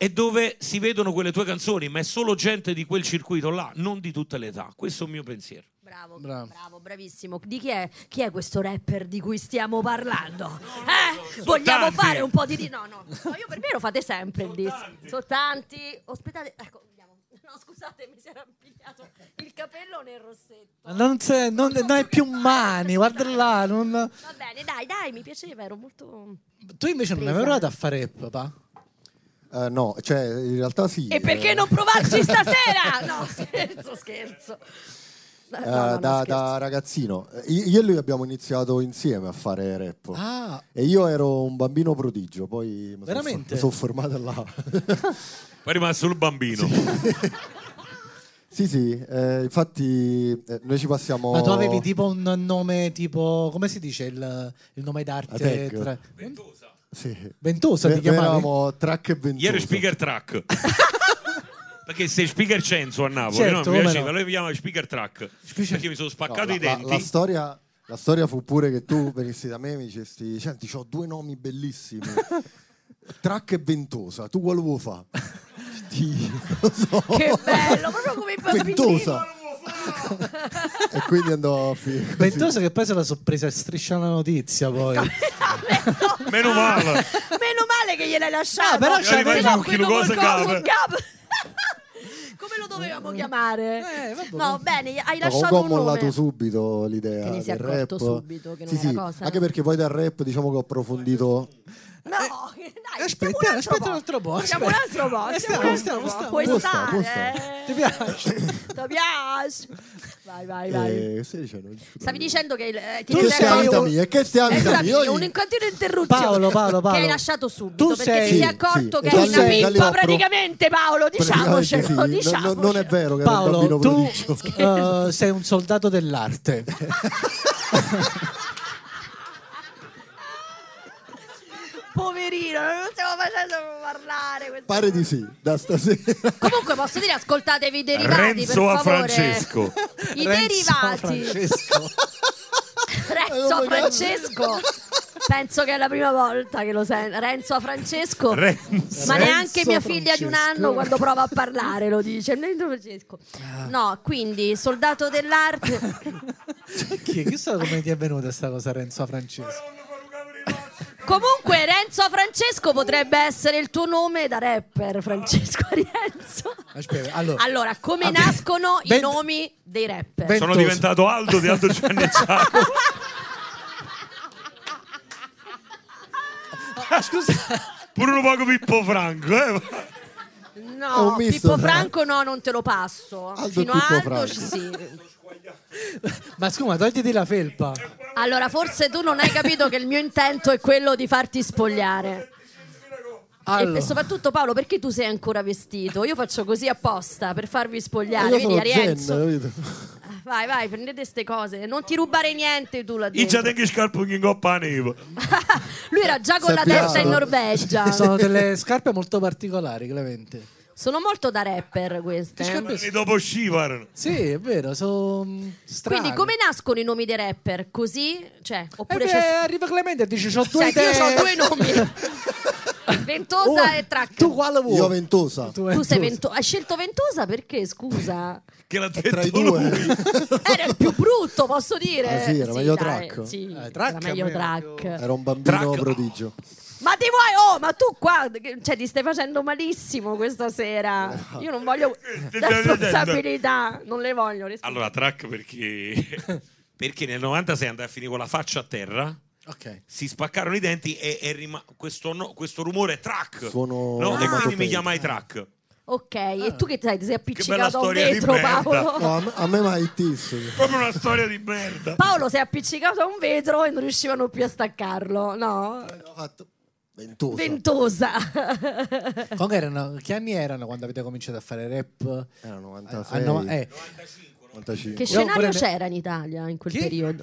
e dove si vedono quelle tue canzoni, ma è solo gente di quel circuito là, non di tutte le età. Questo è un mio pensiero. Bravo, bravo, Bravo. bravissimo. Di chi è? Chi è questo rapper di cui stiamo parlando? Eh? Vogliamo tanti. fare un po' di... di- No, no, no, io per me lo fate sempre il dis. Sono tanti. Ospitate... Ecco, andiamo. No, scusate, mi si era appigliato il capello nel rossetto. Ma Non, se- non, non hai più mani, guarda là. non- Va bene, dai, dai, mi piaceva, ero molto... Tu invece non hai mai Presa. provato a fare papà? Eh, no, cioè in realtà sì. E perché eh, non provarci <laughs> stasera? No, scherzo, scherzo. No, eh, no, no, da, scherzo. da ragazzino. Eh, Io e lui abbiamo iniziato insieme a fare Oh. rap. Ah, E io ero un bambino prodigio, poi <laughs> mi Veramente? sono formato là. Poi è rimasto il bambino. sì, sì, eh, infatti eh, noi ci passiamo... ma tu avevi tipo un nome tipo. come si dice il, il nome d'arte? Adecco. Sì. Ventosa Noi- ti noi chiamavi? eravamo track e ventoso. Ieri speaker <laughs> track. Perché sei speaker Cenzo a Napoli, Certo, no? Mi come piaceva, no. lui mi chiama speaker track. Perché mi sono spaccato No, i la- la- denti. La, storia, la storia fu pure che tu venissi da me e mi dicesti: Senti, ho due nomi <laughs> bellissimi, Track e Ventosa. Tu quale vuoi fa? Ti- lo so. Che bello, proprio come <laughs> i bambini. Ventosa. e quindi andò a finire. <laughs> così. Ventosa che poi se la sorpresa e striscia la notizia poi. Meno male. Meno male che gliel'hai lasciato. Ah, però c'è Se no, invece un quello chilo col cosa coso, cava. un capo. <laughs> Come lo dovevamo chiamare? Eh, vabbè. no, bene, hai Ma lasciato comunque ho un nome. mollato subito l'idea Te ne del sei accorto rap. subito che non Sì, era sì, cosa? Anche perché poi dal rap diciamo che ho approfondito No, <laughs> dai, Eh, aspetta, facciamo aspetta un altro po', Facciamo un altro po'. aspetta. Eh, facciamo un Stiamo, altro po'. stiamo, Puoi stiamo. stare. Busta, busta. eh? Ti piace? Ti piace? Vai, vai, vai. Eh, che stai dicendo? Stavi dicendo che il- eh, ti Tu che prego- stai sei da un- mia? Che stai Eh, da scusami, mia? Io- un continuo interruzione Paolo, Paolo, Paolo. che hai lasciato subito Tu perché sei- ti sei Sì, accorto sì, che tu è una sei- pippa Gallioffro. praticamente Paolo Praticamente diciamocelo sì, non- non- diciamocelo non è vero che era un Paolo, bambino tu prodigio. eh, sei un soldato dell'arte. poverino non stiamo facendo parlare questo- Pare di sì, da stasera. comunque posso dire ascoltatevi i derivati Renzo per a favore Francesco. i Renzo derivati Francesco. Renzo a Francesco penso che è la prima volta che lo sento Renzo a Francesco Renzo. Ma Renzo neanche mia figlia di un Francesco. anno quando prova a parlare lo dice. Renzo Francesco. No, quindi soldato dell'arte. Chi, chissà come ti è venuta sta cosa Renzo Francesco. Comunque Renzo Francesco potrebbe essere il tuo nome da rapper, Francesco <laughs> Rienzo. Aspetta, allora, Allora, come Vabbè. nascono i Ben- nomi dei rapper? Ben- Sono Ventoso. diventato Aldo di Aldo Gianni Giacomo. Ah, scusa. Pure un poco Pippo Franco. Eh? È no, un misto, Pippo fra- Franco no, non te lo passo. Aldo Fino a Pippo Aldo Franco. sì. Ma scusa, togliti la felpa. Allora, forse tu non hai capito che il mio intento è quello di farti spogliare. E- E Allora, soprattutto Paolo, perché tu sei ancora vestito? Io faccio così apposta per farvi spogliare. Io Ah, Vedi, sono a Rienzo. Ah, Zen, capito? Vai, vai, prendete ste cose. Non ti rubare niente tu là I già dentro. tengo scarpo in coppa a neve. Lui era già con la Sappiamo. Esatto. testa in <laughs> Norvegia. sono delle scarpe molto particolari, Clemente. Sono molto da rapper queste. Che eh. scarpe- E dopo scivarano. Sì, è vero, sono mm, strane. Quindi come nascono i nomi dei rapper? Così? Cioè, Eh oppure beh, c'è... arriva Clemente e dice c'ho Cioè, due idee. io ho due nomi. <laughs> Ventosa Oh, e Track. Tu quale vuoi? Io ventosa. Tu, Tu sei Ventosa. Hai scelto Ventosa perché, scusa? Eh, Che l'ha detto Tra i lui. due. Era il più brutto, posso dire. Ah, sì, era meglio dai, Track. Sì, Eh, Track era meglio almeno Track. Era un bambino Trac- prodigio. Ma ti vuoi? Oh, ma tu qua, cioè, ti stai facendo malissimo questa <laughs> sera. Io non voglio responsabilità, non le voglio. responsabilità. Allora, track perché... perché nel 96 andai a finire con la faccia a terra. Ok. si spaccarono i denti e, e rima- questo, no- questo rumore è track. Suono no? E quindi mi onomatopeico. chiamai track. Ah. Ok, e tu che sai, ti sei bella appiccicato a un storia di vetro, merda. Paolo. No, a, me, a me mai tisso. Proprio una storia di merda. Paolo si è appiccicato a un vetro e non riuscivano più a staccarlo, no? Ho fatto ventosa. Ventosa. Comunque erano, che anni erano quando avete cominciato a fare rap? Eh, Era Ah, 96. no, eh, 95. che Io scenario vorrei- c'era in Italia in quel Chi? periodo?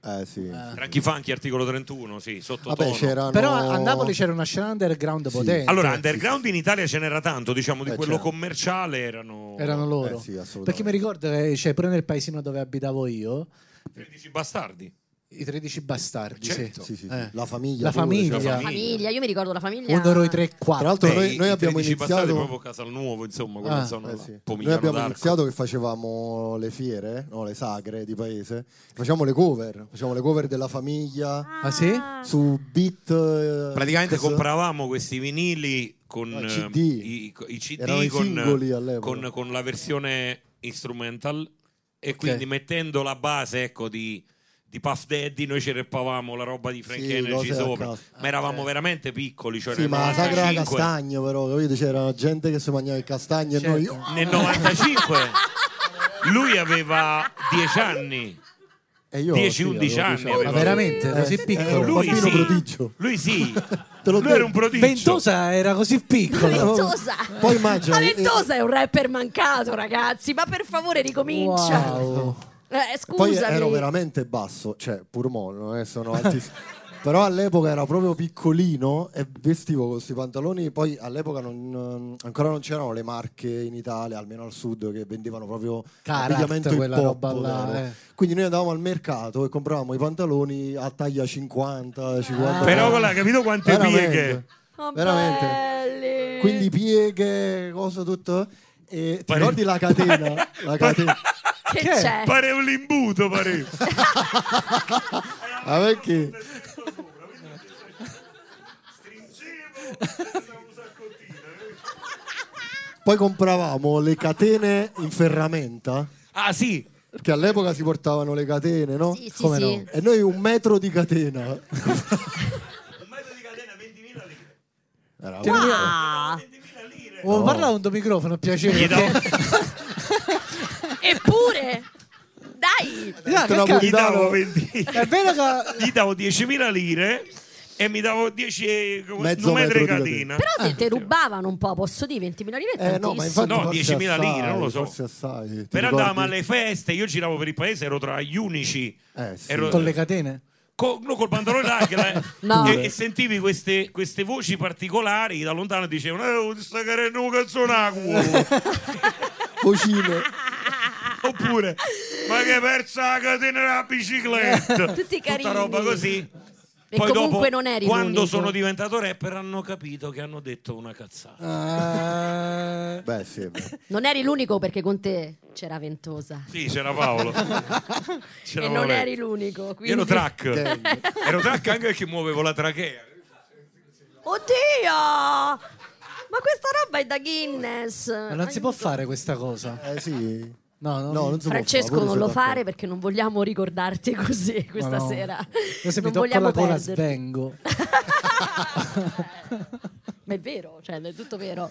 Eh sì. Tranchi Funky, articolo 31, sì, sotto Vabbè, tono. c'erano... Però a Napoli c'era una scena underground potente. Allora, underground in Italia ce n'era tanto, diciamo, di Eh, quello c'era. commerciale erano... Erano loro. Eh sì, assolutamente. Perché mi ricordo che cioè, pure nel paesino dove abitavo io, 13 bastardi. i 13 bastardi. Certo. Sì, sì, sì. Eh. La famiglia. La pure, famiglia. cioè. La Famiglia, io mi ricordo la famiglia. Uno, due, tre, Tra quattro. l'altro Beh, noi, noi i abbiamo 13 bastardi iniziato... proprio Casalnuovo, insomma, quella Ah, zona Eh là, sì. Noi Pomigliano abbiamo d'Arco. iniziato che facevamo le fiere, no, le sagre di paese, facevamo le cover, facevamo le cover della famiglia Ah, sì? su beat. eh, Praticamente questo- compravamo questi vinili con No, eh, CD. i, i CD Ah, Erano i con, singoli all'epoca. con- con la versione instrumental e Ok. quindi mettendo la base ecco, di, di Puff Daddy noi ci reppavamo la roba di Frank Sì, Energy cose a sopra, caso. ma eravamo veramente piccoli, cioè Sì, nel ma la sagra 95 castagno però, capito? C'era gente che si mangiava il castagno Certo. e noi... nel 95 lui aveva 10 anni. E io 10-11 avevo anni 12 aveva. Ma veramente? Così Era piccolo? eh, un Lui bambino sì. prodigio. Lui sì. <laughs> Te l'ho Lui era detto. un prodigio. Ventosa era così piccolo. Ventosa. Poi immagina... Ma Ventosa è un rapper mancato, ragazzi. Ma per favore ricomincia. Wow. Eh, Poi scusami. ero veramente basso, cioè pur mo, non è sono altissimo. <laughs> Però all'epoca era proprio piccolino e vestivo con questi pantaloni. Poi all'epoca non, eh, ancora non c'erano le marche in Italia, almeno al sud, che vendevano proprio Caract, abbigliamento hip quella hop. roba là, vero? eh. Quindi noi andavamo al mercato e compravamo i pantaloni a taglia Ah. 50, 50. Però con la- capito quante Veramente. pieghe? Oh, veramente. belli. Quindi pieghe, cosa tutto. E ti Pare- ricordi <laughs> la catena? La catena. che Che è? c'è? Pare un imbuto, pareva. Ah, perché? Poi compravamo le catene in ferramenta, Ah sì, che all'epoca si portavano le catene, no? Sì, sì, Come sì. no? E noi un metro di catena. Un metro di catena tieni lì. Wow. Oh, parla un tuo microfono, a piacere. Gli do- perché- Eppure, dai, Ah, che Te la cazzo? gli davo Capitano. 20 È vero che gli davo 10.000 lire e mi davo 10 come- Mezzo numetre metro di Ah, catina. Eh, però te, te rubavano un po', posso dire, 20.000 lire è Eh, no, ma tantissimo. infatti No, forse 10.000 assai, lire, non lo so. forse assai, ti Per ricordi? andavamo alle feste, io giravo per il paese, ero tra gli unici. Eh, sì. Ero- con le catene. co- no, col pantalone largo la- <laughs> No. e, e sentivi queste, queste voci particolari da lontano e dicevano: Eh, oh, sta carendo una canzone a <laughs> culo. Vocine. Oppure, ma che persa la catena della bicicletta. <laughs> Tutti carini. Tutta roba così. E Poi comunque dopo, non eri quando l'unico. sono diventato rapper, hanno capito che hanno detto una cazzata. Ah, Eh, Beh, sì. beh. Non eri l'unico perché con te c'era Ventosa. Sì, c'era <laughs> Paolo. C'era e non Paolo. eri l'unico. Io Quindi... ero <laughs> track. ero track anche perché muovevo la trachea. Oddio! Ma questa roba è da Guinness. ma non si può fare questa cosa. Eh, sì. No, no. No, non si può Francesco, fare, pure non se lo d'accordo. fare perché non vogliamo ricordarti così questa Ma no. sera. Io se non mi tocco vogliamo la cola perderti. svengo. Ma è vero, cioè, è tutto vero.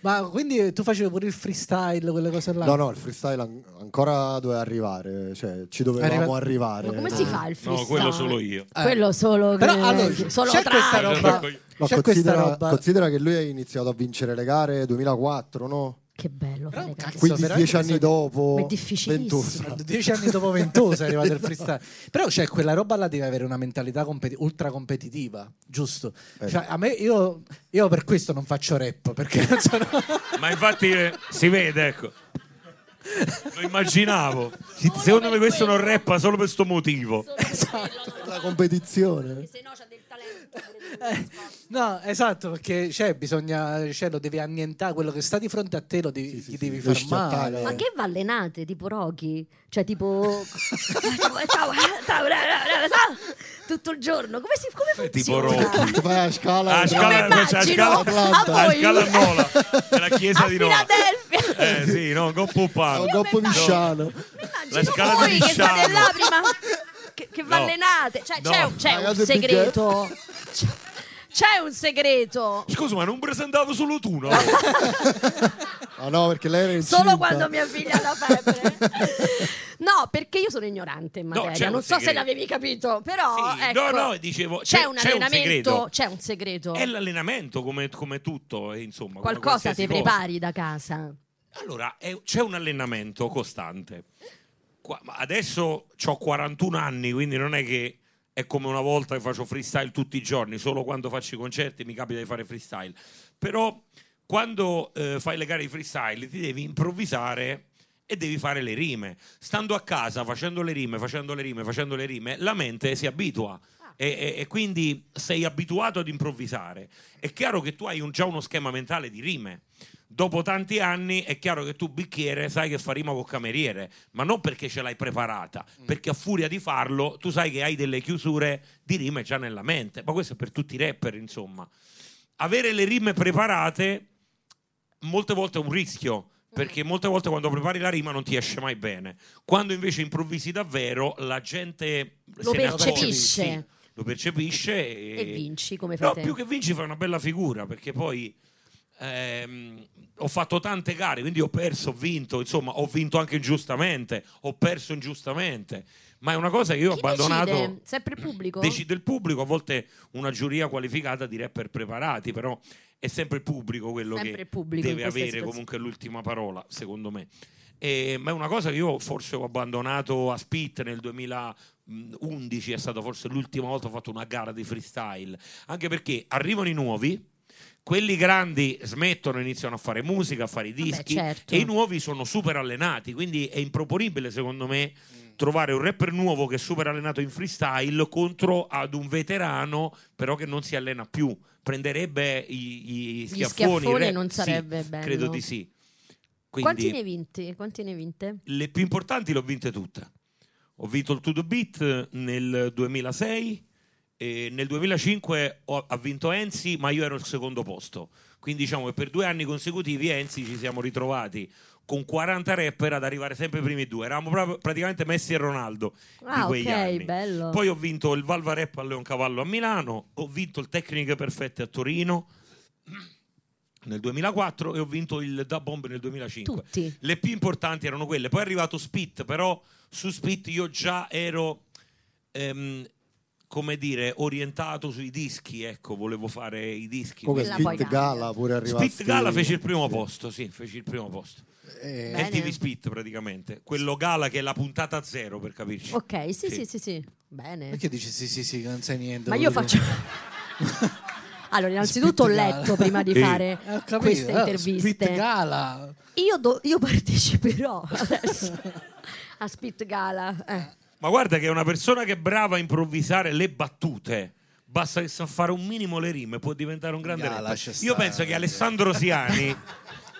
Ma quindi tu facevi pure il freestyle, quelle cose là? No, no, il freestyle an- ancora doveva arrivare, cioè ci dovevamo Arriva- arrivare. Eh. Ma come si fa il freestyle? Eh. No, quello solo io. Quello solo Eh. Però Ecco che- allora, solo c'è tra- questa roba. Ma C'è questa considera, roba. considera che lui ha iniziato a vincere le gare 2004, no? Che bello. Però, fare cazzo, cazzo. Quindi veramente dieci mi anni sa- dopo, Ma è difficilissimo. <laughs> Ventosa. Dieci anni dopo Ventosa è arrivato il freestyle. Però cioè, quella roba là deve avere una mentalità competi- ultra competitiva, giusto? Eh. Cioè, a me, io, io per questo non faccio rap, perché non sono... Ma infatti eh, si vede, ecco. Lo immaginavo. Secondo me questo non rappa solo per sto motivo. <laughs> Esatto. La competizione. Se no c'ha del talento. No, esatto, perché cioè, bisogna, cioè, lo devi annientare, quello che sta di fronte a te lo devi, gli devi sì, far devi male. schiattare. Ma che vallenate, tipo Rocky? Cioè, <laughs> tipo. ciao, ciao, ciao, tutto il giorno. Come, si, come Eh, tipo funziona? Rocky. Fai a scala. A e- scala, me c'è la immagino, scala, a la voi. scala a Nola, Ah, della chiesa A di Nola. <laughs> Filadelfia. Eh sì, no, con Ho Puppano. un coppo di No. sciano. La Immagino scala voi di che state Sciano. là prima. Che, che vallenate. Cioè, c'è No. un, c'è un Ragazzi, segreto. C'è- C'è un segreto. Scusa, ma non presentavo solo tu, no? Ecco. Ah no, perché lei era incinta. Solo quando mia figlia ha la febbre. <laughs> <laughs> No, perché io sono ignorante in c'è materia. un non so se segreto. l'avevi capito, però Sì, ecco, no, no, dicevo, c'è, c'è- un c'è un allenamento, segreto. c'è un segreto. È l'allenamento come, come tutto, eh, insomma. come Qualcosa ti qualsiasi cosa. prepari da casa. Allora, è- c'è un allenamento costante. Qua- ma adesso ho 41 anni, quindi non è che è come una volta che faccio freestyle tutti i giorni, solo quando faccio i concerti mi capita di fare freestyle. Però quando eh, fai le gare di freestyle ti devi improvvisare e devi fare le rime. Stando a casa, facendo le rime, facendo le rime, facendo le rime, la mente si abitua. E, e- e quindi sei abituato ad improvvisare. È chiaro che tu hai un- già uno schema mentale di rime. Dopo tanti anni è chiaro che tu bicchiere sai che fa rima col cameriere, ma non perché ce l'hai preparata, Mm. perché a furia di farlo tu sai che hai delle chiusure di rime già nella mente. Ma questo è per tutti i rapper, insomma. Avere le rime preparate molte volte è un rischio, Mm. perché molte volte quando prepari la rima non ti esce mai bene. Quando invece improvvisi davvero, la gente Lo se ne accorge, percepisce. sì, lo percepisce e, E vinci come No, fratello. più che vinci fai una bella figura, perché poi ehm, ho fatto tante gare, quindi ho perso, ho vinto, insomma, ho vinto anche ingiustamente, ho perso ingiustamente, ma è una cosa che io ho Chi abbandonato. decide? Sempre il pubblico? Decide il pubblico, a volte una giuria qualificata di rapper preparati, però è sempre il pubblico quello Sempre che il pubblico in deve queste avere situazioni. comunque l'ultima parola, secondo me. E- ma è una cosa che io forse ho abbandonato a Spit nel 2011, è stata forse l'ultima volta che ho fatto una gara di freestyle, anche perché arrivano i nuovi. Quelli grandi smettono, iniziano a fare musica, a fare i Vabbè, dischi certo. e i nuovi sono super allenati, quindi è improponibile secondo me Mm. trovare un rapper nuovo che è super allenato in freestyle contro ad un veterano però che non si allena più. Prenderebbe i, i Gli schiaffoni. schiaffoni re- non sì, sarebbe bello. Credo di sì. Quanti Quindi ne hai vinti? Quanti ne hai vinte? le più importanti le ho vinte tutte. Ho vinto il To The Beat eh, nel 2006 e nel 2005 ho- ha vinto Enzi, ma io ero al secondo posto. Quindi diciamo che per due anni consecutivi Enzi ci siamo ritrovati con 40 rapper ad arrivare sempre i primi due. Eravamo proprio- praticamente Messi e Ronaldo di Ah, quegli ok, anni. bello. Poi ho vinto il Valva Rap a Leoncavallo a Milano, ho vinto il Tecniche Perfette a Torino, nel 2004 e ho vinto il Da Bomb nel 2005. Tutti. Le più importanti erano quelle. Poi è arrivato Spit, però su Spit io già ero, ehm, come dire, orientato sui dischi, ecco, volevo fare i dischi. Come Quella poi Spit cambia. Gala pure arrivato. Spit Gala fece il primo posto, sì, fece il primo posto. Eh, Bene. MTV Spit praticamente, quello Gala che è la puntata zero per capirci. Ok, sì, Sì. sì, sì, sì. Bene. Perché dici sì, sì, sì, che non sai niente? Ma io volevo- faccio. <laughs> Allora, innanzitutto ho Spit letto gala. prima di Eh, fare Eh, ho capito, <laughs> queste eh, Spit interviste. Gala. Io, do- io parteciperò <laughs> adesso a Spit Gala. eh. Ma guarda che è una persona che è brava a improvvisare le battute. Basta che sa fare un minimo le rime, può diventare un grande Gala, rapper. c'è Io sta- penso che Alessandro Siani.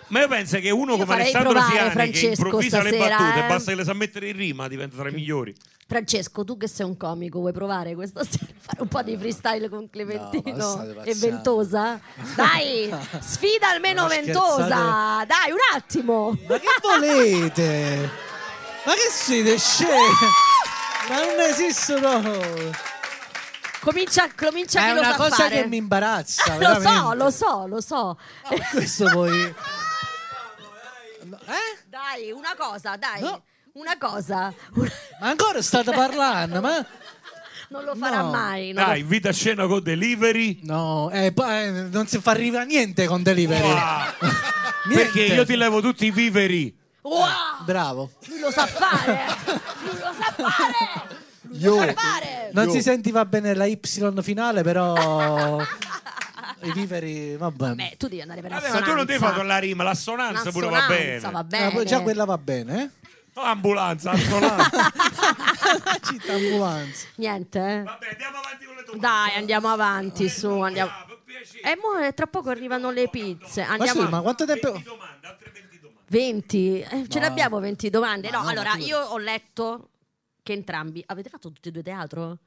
ma io penso che uno Io come farei Alessandro provare Siani che Francesco improvvisa le stasera, battute, eh. basta che le sa mettere in rima, diventa tra i migliori. Francesco, tu che sei un comico, vuoi provare questa sera a fare un po' di freestyle con No, ma Clementino state e pazzando. Ventosa? Dai, sfida almeno Ma Ventosa! scherzate? Dai, un attimo! Ma che volete? Ma che siete scemi? Ma non esistono. <laughs> Comincia, comincia è chi lo una sa cosa fare. che mi <laughs> imbarazza. Lo so, veramente. lo so, lo so. Ma Questo poi. No, eh? Dai, una cosa, dai. No. Una cosa. <laughs> Una- Ma ancora state parlando? Ma. Non lo farà No. mai. non Dai, invita a scena con Delivery. No, eh, poi non si fa arriva niente con delivery. Uah! <laughs> Niente. Perché io ti levo tutti i viveri. lo- Wow! Bravo. Lui lo sa fare! Lui lo sa fare! Lui Yo. lo sa fare! Non Io- si sentiva bene la Y finale, però. I viveri, vabbè. Beh, tu devi andare per Vabbè, ma assonanza. tu non devi fare la rima, l'assonanza pure va bene. L'assonanza va Ah, poi bene. già quella va bene, eh? <laughs> No, ambulanza, assonanza. Ah, Città ambulanza. Niente, eh? Vabbè, andiamo avanti con le domande. Dai, andiamo avanti, su, andiamo. Ah, per piacere. E mo, eh, tra poco arrivano le pizze. Ma Andiamo scusi, ma quanto tempo. 20 domande, altre 20 domande. 20, eh, ce Ma- l'abbiamo 20 domande. Ma No, no, allora ma tu- io ho letto che entrambi avete fatto tutti e due teatro?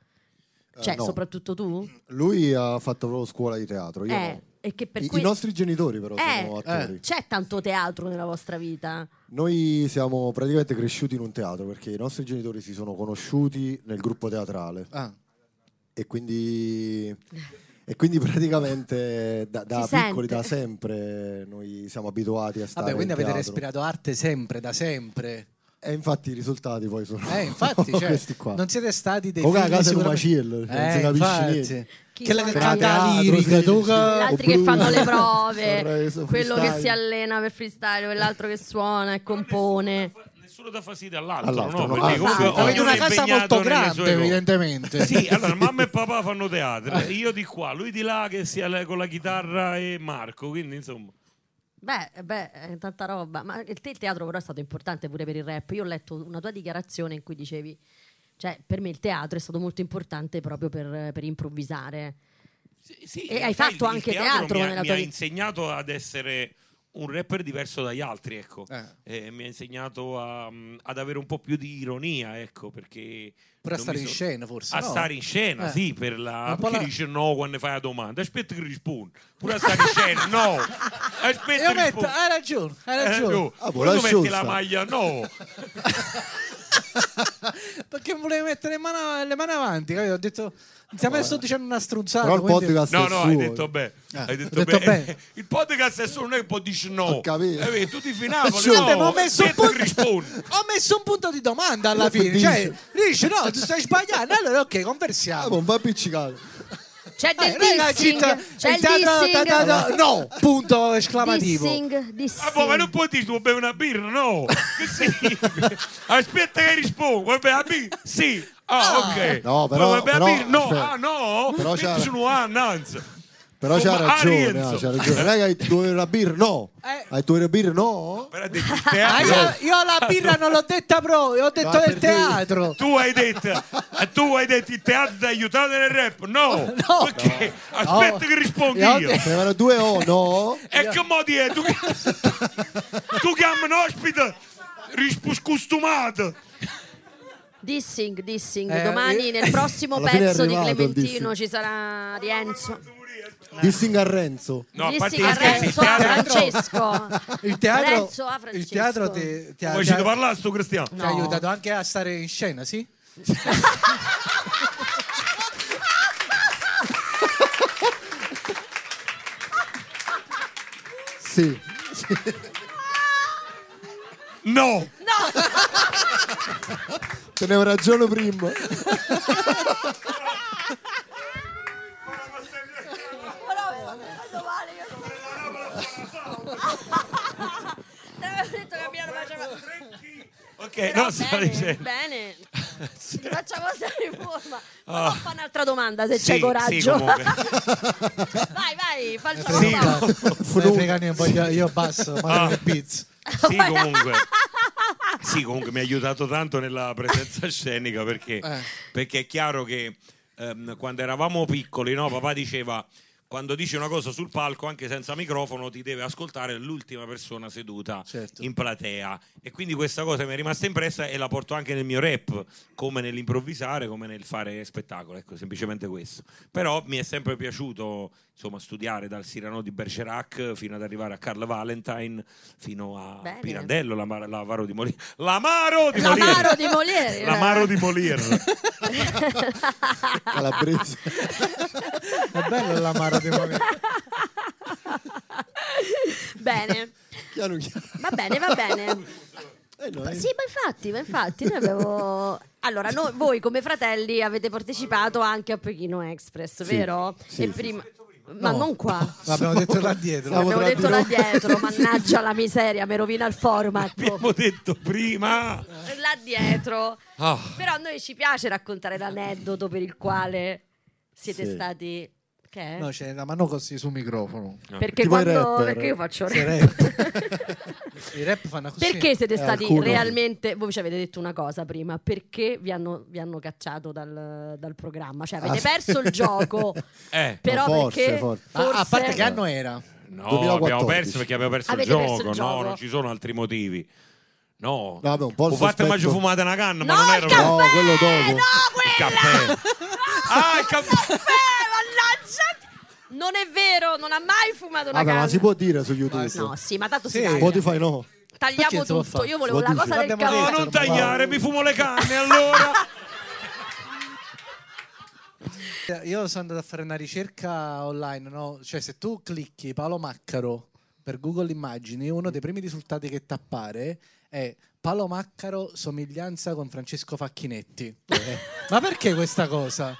Cioè, Eh, no. soprattutto tu? Lui ha fatto proprio scuola di teatro. Io Eh, no. e che per I, cui- I nostri genitori però Eh. sono attori. Eh. C'è tanto teatro nella vostra vita? Noi siamo praticamente cresciuti in un teatro perché i nostri genitori si sono conosciuti nel gruppo teatrale Ah, e quindi, e quindi praticamente da, da Si sente. piccoli, da sempre, noi siamo abituati a stare vabbè, quindi in avete teatro. respirato arte sempre, da sempre. E infatti i risultati poi sono <laughs> Eh, infatti, cioè, Oh, questi qua. non siete stati dei Comunque figli la casa di sicuramente- Eh, Maciello, cioè, non si capisce niente. Chi Che la sono che i- canta Teatro, lirica, sì, tu sì. che- La- L'altro che Oppure- fanno le Vorrei prove, so- quello che freestyle. si allena per freestyle, quell'altro che suona e compone. Nessuno dà fastidio all'altro, All'altro, no? no. Perché Ah, comunque ognuno esatto. Avete una è casa impegnato molto nelle sue grande, cose. evidentemente. Sì, allora mamma e papà fanno teatro, io di qua, lui di là che sia le- con la chitarra e Marco, quindi insomma. Beh, beh, eh, tanta roba. Ma il te il teatro però è stato importante pure per il rap. Io ho letto una tua dichiarazione in cui dicevi, cioè per me il teatro è stato molto importante proprio per, per improvvisare. Sì, sì, E in hai realtà fatto il- anche il teatro mi ha, nella mi tua ha vita. insegnato ad essere un rapper diverso dagli altri, ecco. Eh. Eh, mi ha insegnato a, mh, ad avere un po' più di ironia, ecco, perché... Pure a non stare mi in so- scena, forse. A no? stare in scena, Eh. sì, per la... Un po' Perché la- dice no quando fai la domanda, aspetta che rispondo. Pure a stare in scena, no! Aspetta Io che metto, rispondo. hai ragione, hai Eh, ragione. no. Ah, boh, Quando la metti sciolta. la maglia, <laughs> no! <laughs> Perché volevo mettere le mani, le mani avanti, capito? Ho detto, insieme sto dicendo una strunzata. Però il quindi- podcast No, è no, suo. hai detto bene. Eh, hai detto ho detto bene. bene. <laughs> Il podcast è solo uno che può dire no. Ho capito. Eh, vedi, tu ti finavo. Sì, vabbè, ma ho, messo un punto, rispondi. <laughs> ho messo un punto di domanda alla Quello che fine. Cioè, dice. dice no, tu stai sbagliando. Allora, ok, Ah, conversiamo. ma un po' appiccicato. C'è del Eh, noi la dissing, città- c'è il il teatro- dissing, ta- ta- ta- no, punto esclamativo. dissing, Ah, boh, ma non dissing. puoi dire tu bevi una birra, no. Che significa? Aspetta che rispondo. Vuoi bere la birra? Sì. Ah, ok. No, però- Vuoi bere la però- birra? No, aspetta. ah, no. Però Metti c'ha- su una annanza. Però c'ha Insomma, ah, ragione, Rienzo. ah, c'ha ragione. Non è che hai due una birra, no. Eh. Hai due una birra, no. Però ha detto il Ah, teatro. io, io la birra non l'ho detta proprio, ho detto Ma del per dire. teatro. Tu hai detto, eh, tu hai detto il teatro ti ha aiutato nel rap? No, No. perché aspetta No. che rispondi Io ho io. detto- Se erano due <laughs> o no. E che mo di è? Tu, <laughs> tu chiami un ospite rispo- scostumato. Dissing, dissing. Eh, Domani io- nel prossimo Alla fine è pezzo di arrivato il Clementino dissing. ci sarà Rienzo. Dissing a Renzo. No, a parte dissing gli a scherzi, il Renzo, a teatro- Francesco. <laughs> Il teatro, Renzo a ah, Francesco. il teatro ti, ti ha, Vuoi ti ha- ci parlare sto Cristiano? ti No. ha aiutato anche a stare in scena, sì? Sì. No! Tenevo ragione prima. Te l'avevo detto che abbiamo facciamo. Ok, Però Eh, no, stavo bene, dicendo. <laughs> bene. Ti facciamo stare in forma. Ma fa un'altra domanda se Ah. Sì, c'è sì, coraggio. comunque. <laughs> vai, vai, facciamo Sì, una no. domanda. Non frega niente, voglio- io basso, ma Ah. non pizza. Sì, comunque. Sì, comunque mi ha aiutato tanto nella presenza scenica perché, perché è chiaro che ehm, quando eravamo piccoli, no, papà diceva quando dici una cosa sul palco, anche senza microfono, ti deve ascoltare l'ultima persona seduta Certo. in platea. E quindi questa cosa mi è rimasta impressa e la porto anche nel mio rap, come nell'improvvisare, come nel fare spettacolo. Ecco, semplicemente questo. Però mi è sempre piaciuto insomma, studiare dal Cyrano di Bergerac fino ad arrivare a Carl Valentine, fino a Bene. Pirandello, l'amaro, l'avaro di Molière. L'amaro di L'amaro Molière! di eh. Oh. Moliere. L'amaro di <laughs> Molière. <laughs> Calabrese. È bello l'amaro di momento. Bene, Chiaro, chiaro. va bene, va bene. <laughs> Eh, no, eh. Sì, ma infatti, ma infatti, noi <laughs> abbiamo... Allora, no- voi come fratelli avete partecipato anche a Pechino Express, vero? sì, e sì, prima... Ma non qua. L'abbiamo detto là dietro. Stavo Abbiamo tra detto di là noi. dietro, mannaggia la miseria, mi rovina il format. Abbiamo detto prima. Là dietro. Ah. Però a noi ci piace raccontare l'aneddoto per il quale siete Sì. stati... Che è? No, c'è la mano così sul microfono. perché, Tipo i quando... rapper. perché io faccio Sì, rap. <laughs> <laughs> rap. I rap fanno così. Perché siete Eh, stati alcuni. realmente. Voi ci avete detto una cosa prima, perché vi hanno, vi hanno cacciato dal, dal programma? Cioè, avete Ah, sì. perso il gioco. Eh, Però forse, perché forse. Ah, a parte che forse- anno era? no, 2014. abbiamo perso perché abbiamo perso il Avete gioco. perso il No, gioco. non ci sono altri motivi. No, Vabbè, un po' il Ho fatto sospetto- ma ci fumate una canna, ma non No, il era caffè! No, quello dopo. No, quella! <laughs> caffè. Ah, il caffè. Caffè, mannaggia! Non è vero, non ha mai fumato una Vabbè, Ah, ma canna. si può dire su YouTube? No, sì, ma tanto si Sì. taglia. Spotify no. Tagliamo Perché si può tutto. fare? Io volevo Lo la dici? cosa del L'abbiamo No, caffè. detto. non tagliare, mi fumo le canne allora. Io sono andato a fare una ricerca online, no? Cioè, se tu clicchi Paolo Maccaro per Google Immagini, uno dei primi risultati che ti appare è Paolo Maccaro somiglianza con Francesco Facchinetti. <laughs> ma perché questa cosa?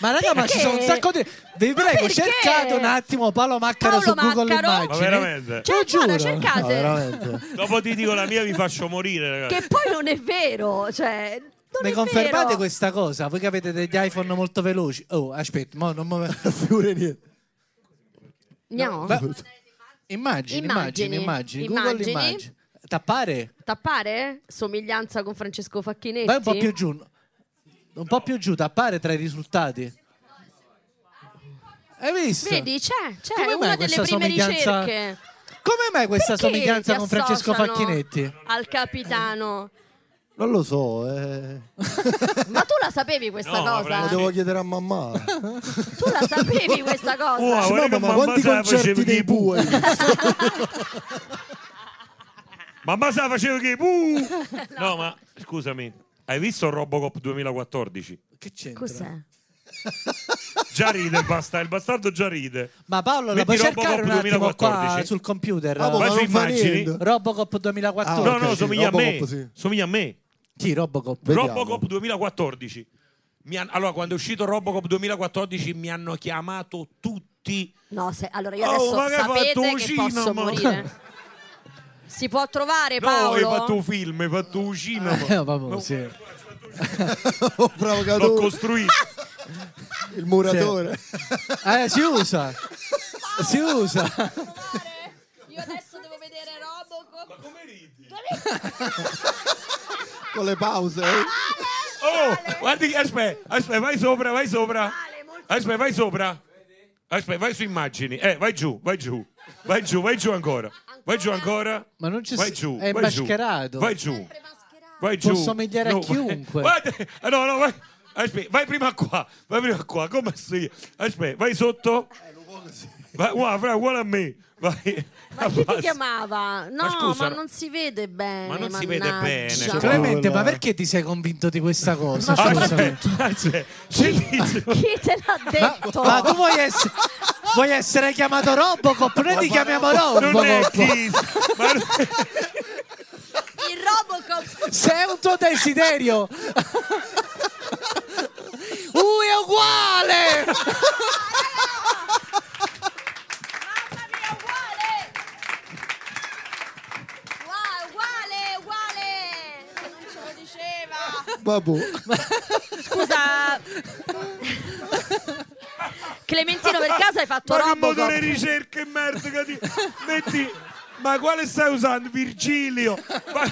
Ma raga, ma ci sono un Perché? sacco di... Vi Ma prego, perché? cercate un attimo Paolo Maccaro Paolo su Google Maccaro? Immagini. <laughs> Ma veramente? Cioè, guarda, giuro. No, cercate. veramente. Dopo ti dico la mia, vi faccio morire, ragazzi. che poi non è vero. Cioè, non Mi è confermate vero. questa cosa? Voi che avete degli iPhone molto veloci. Oh, aspetta, mo non <laughs> mo- Figure niente. No. Beh, Immagini, immagini, immagini, immagini. Google immagini. immagini. T'appare? Tappare? Somiglianza con Francesco Facchinetti? Vai un po' più giù. Un po' più giù, t'appare tra i risultati. Hai visto? Vedi, c'è, c'è Come mai una delle questa prime somiglianza- ricerche. Come mai questa Perché somiglianza ti con Francesco associano Facchinetti? Al capitano. Non lo so, eh. Ma tu la sapevi questa No, ma cosa? Lo Francesco- devo chiedere <laughs> a mamma. No, Tu la sapevi questa cosa? Wow, guarda che mamma, mamma quanti se la facevi concerti che dei i bu. <laughs> buoi? Mamma se la facevo che i bu. <laughs> No, ma scusami. Hai visto Robocop 2014? Che c'entra? Cos'è? Già ride il bastardo, il bastardo già ride. Ma Paolo, la Metti puoi cercare un Robocop attimo qua 2014. sul computer? Ah, boh, Vai ma su non fa immagini. niente. Robocop Ah, 2014. No, no, ok, sì, somiglia a me. Robocop, sì. Somiglia a me. Chi Robocop? Vediamo. Robocop 2014. Mi han- Allora, quando è uscito Robocop 2014 mi hanno chiamato tutti. No, se- allora io Oh, adesso ma che hai sapete fatto un che cinema? posso morire. Si può trovare No, hai Paolo? fatto un film, hai fatto un cinema. Eh, vabbè, sì. Oh, L'ho provocatore, costruito. il muratore. Eh, si usa. Si usa. Io adesso devo vedere Robocop. <laughs> Come ridi? <laughs> Con le pause. eh. Oh, guardi, aspetta, aspetta, vai sopra, vai sopra. Aspetta, vai sopra. Aspetta, vai su immagini. Eh, vai giù, vai giù. Vai giù, vai giù ancora. Vai giù ancora. Ma non ci Vai si- giù. è vai giù. mascherato. Vai giù. Vai giù. Può somigliare a <laughs> chiunque. Guarda, ah, no, no, vai. Aspetta, vai prima qua. Vai prima qua. Come sei? Aspetta, vai sotto. Eh, Vai, guarda, fra, uguale a me. Vai. Ma chi ti chiamava? No, ma, Ah, scusa, no. non si vede bene. Ma non si vede mannaggia. bene, cioè- Clemente, ma Paola. perché ti sei convinto di questa cosa? Cioè, Ma Ah, Scusa. Aspetta, aspetta. Ci dice- Chi te l'ha Ma, detto? ma tu vuoi essere. Vuoi essere chiamato Robocop? Noi ti chiamiamo Non è Robocop. Kiss, ma non- Il Robocop. Se è <laughs> un tuo desiderio. uh, è uguale! Mamma mia, uguale! Wow, uguale, uguale! Se non ce lo diceva. Babù. Scusa. Clementino, per caso hai fatto ma che Robocop? motore ricerca e merda che ti metti ma quale stai usando Virgilio ma,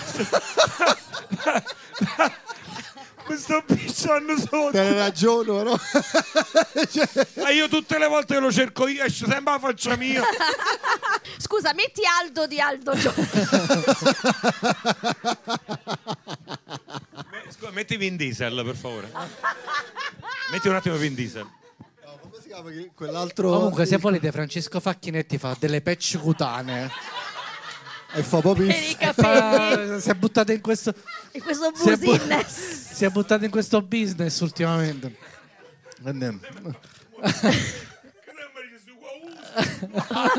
questo picciano sotto Te ne ragiono, no? <laughs> ma io tutte le volte che lo cerco io esce sempre la faccia mia Scusa, metti Aldo di Aldo Giovanni. Me- scusa, metti Vin Diesel per favore metti un attimo Vin Diesel Come si chiama che- quell'altro? Comunque, se volete, Francesco Facchinetti fa delle patch cutanee. E fa proprio per i il... capelli Fa- si è buttato in questo. e questo Si è, bu- business. si è buttato in questo business ultimamente. Andiamo.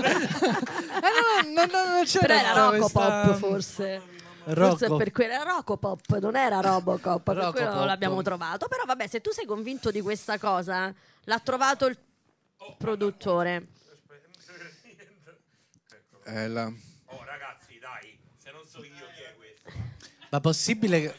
Eh, no, no, no, non c'era Però era tutta Rocopop questa- forse. Forse Rocco. per quello era Rocopop, non era Robocop, per quello Rocopop. non l'abbiamo trovato. Però vabbè, se tu sei convinto di questa cosa, l'ha trovato il produttore. Eh, la- oh ragazzi dai se non so io chi è questo Ma possibile che.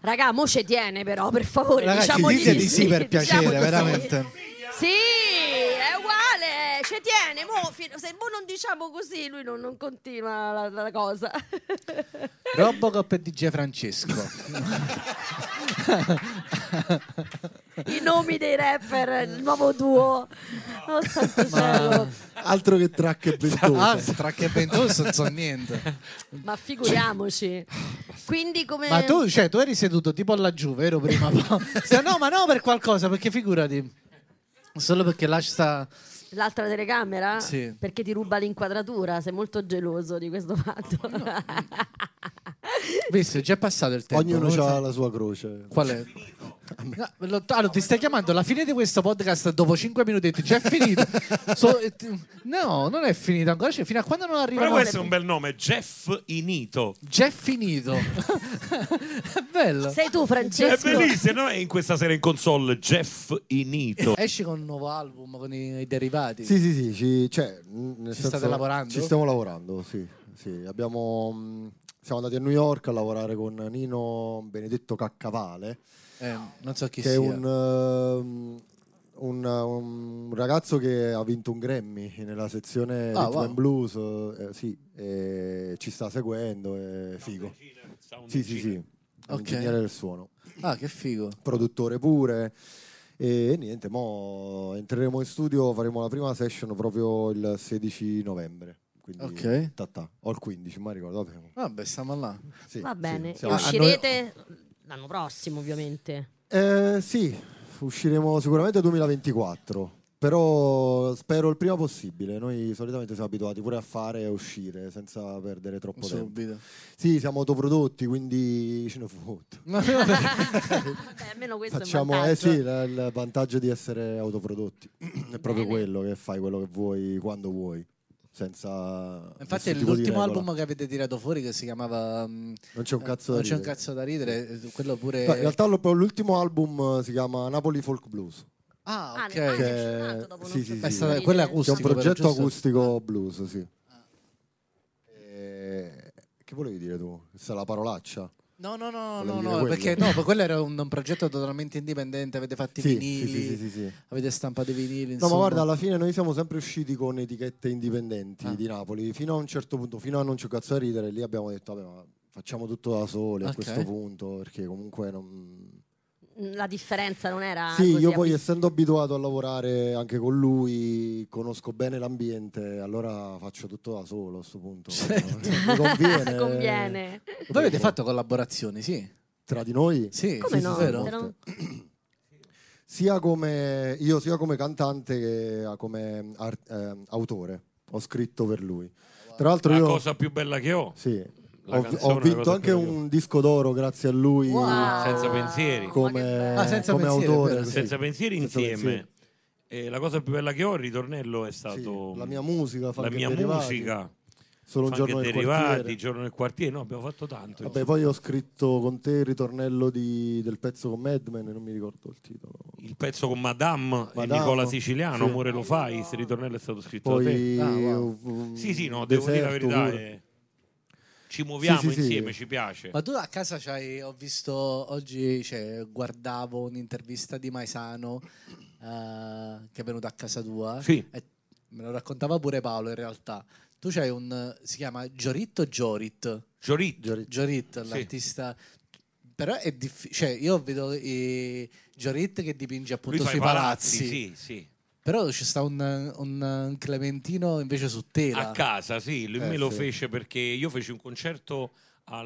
Raga, mo ce tiene però, per favore, Ragazzi, diciamo di dite sì, di sì per piacere, diciamo di sì. veramente. Sì, è uguale, ci tiene. Mo, fi- se mo non diciamo così, lui non, non continua la, la cosa. <laughs> Robocop e DJ Francesco. I nomi dei rapper, il nuovo duo. Oh, santo cielo. Altro che track e ah, ventoso. tra che ventoso non so niente. Ma figuriamoci. Quindi come... Ma tu, cioè, tu eri seduto tipo laggiù, vero? <laughs> Prima. Se no, ma no per qualcosa, perché figurati. Solo perché là ci sta. L'altra telecamera? Sì. Perché ti ruba l'inquadratura, sei molto geloso di questo fatto. Visto, è già passato il tempo. Ognuno come ha fa- la sua croce. Qual è? No, lo- allora, ti stai chiamando alla fine di questo podcast dopo 5 minuti, hai detto, già è <laughs> finito. So- e ti- no, non è finito ancora, cioè, fino a quando non però arriva questo è un bel nome Jeff Inito Già è finito. <laughs> è bello. Sei tu, è Francesco. bellissimo no? E in questa sera in console Jeff Inito Esci con un nuovo album con i, i derivati. Sì, sì, sì, ci, cioè, mh, nel Ci senso, state lavorando? Ci stiamo lavorando, sì. sì. Abbiamo, mh, siamo andati a New York a lavorare con Nino Benedetto Caccavale, Eh, non so chi che è sia. un, ehm, un, un ragazzo che ha vinto un Grammy nella sezione Ah, Rhythm wow. and Blues, eh, sì, e ci sta seguendo, è figo. Sì, sì, sì, è Ok. un ingegnere del suono Ah, che figo. produttore pure. E niente, mo entreremo in studio, faremo la prima session proprio il 16 novembre. Quindi Ok. tatà, o il 15, ma ricordo. vabbè. Vabbè, stiamo là. Sì, Va sì, bene, e siamo- uscirete l'anno prossimo, ovviamente. Eh, sì, usciremo sicuramente 2024. Però spero il prima possibile. Noi solitamente siamo abituati pure a fare e a uscire senza perdere troppo tempo. <laughs> Subito. Sì, siamo autoprodotti, quindi <laughs> ce ne fotte. Vabbè, almeno questo è un Facciamo, eh vantaggio. sì, la- il vantaggio di essere autoprodotti <clears throat> è proprio Bene. quello che fai quello che vuoi quando vuoi. Senza Infatti è nessun tipo di l'ultimo regola. album che avete tirato fuori che si chiamava... mm, Non c'è un cazzo da non c'è un ridere. cazzo da ridere, eh, quello pure... No, in realtà lo- l'ultimo album eh, si chiama Napoli Folk Blues. Ah, Ah, ok. ne- ah, ne Che- c'è un altro dopo, non sì, so sì, se sì. lo È vedi. quella C'è un acustica. Sì, quello, progetto giusto? Ah. acustico blues, sì. Eh, che volevi dire tu? Questa è la parolaccia? No, no, no, no, Volevo dire no, quello. perché no, poi quello era un, un progetto totalmente indipendente, avete fatto i Sì, vinili, sì, sì, sì, sì. avete stampato i vinili, No, insomma. ma guarda, alla fine noi siamo sempre usciti con etichette indipendenti Ah. di Napoli, fino a un certo punto, fino a non c'è cazzo da ridere, lì abbiamo detto, vabbè, ma facciamo tutto da soli Ok. a questo punto, perché comunque non... La differenza non era sì, Ah, così io poi abis- essendo abituato a lavorare anche con lui, conosco bene l'ambiente, allora faccio tutto da solo a questo punto. <laughs> Mi conviene. Conviene. Voi avete fatto collaborazioni, sì? Tra di noi? Sì, Come sì, no? sì, vero? Te lo- <clears throat> Sia come io sia come cantante che ah, come ar- ehm, autore. Ho scritto per lui. Tra l'altro la io... cosa più bella che ho Sì. La Ho, canzone ho è la vinto cosa anche più bella. un disco d'oro grazie a lui Wow. Ah, senza pensieri ma che come, bello. Ah, senza come pensieri, autore. vero, sì. senza pensieri Senza insieme pensieri. Eh, la cosa più bella che ho, il ritornello, è stato... Sì, la mia musica, funk La e mia derivati. musica. Solo un funk e giorno nel derivati, quartiere. giorno nel quartiere. No, abbiamo fatto tanto. Vabbè, poi ho scritto con te il ritornello di- del pezzo con Mad Men, non mi ricordo il titolo. il pezzo con Madame, e Madame, Nicola Siciliano, sì. Amore lo fai, il ritornello è stato scritto da te. Poi Ah, wow. um, Sì, sì, no, devo dire la Deserto verità. pure. eh, Ci muoviamo Sì, sì, sì. insieme, ci piace. Ma tu a casa c'hai, ho visto oggi, cioè, guardavo un'intervista di Maisano eh, che è venuto a casa tua. Sì. E me lo raccontava pure Paolo in realtà. Tu c'hai un, si chiama Giorito Giorit. Giorito. Giorgio- Jorit, Sì. l'artista. Però è difficile. Cioè, io vedo i... Jorit che dipinge Lui appunto fa sui i palazzi, palazzi. sì, sì. Però ci sta un, un Clementino invece su tela. A casa, sì, lui Eh, me lo sì. fece perché io feci un concerto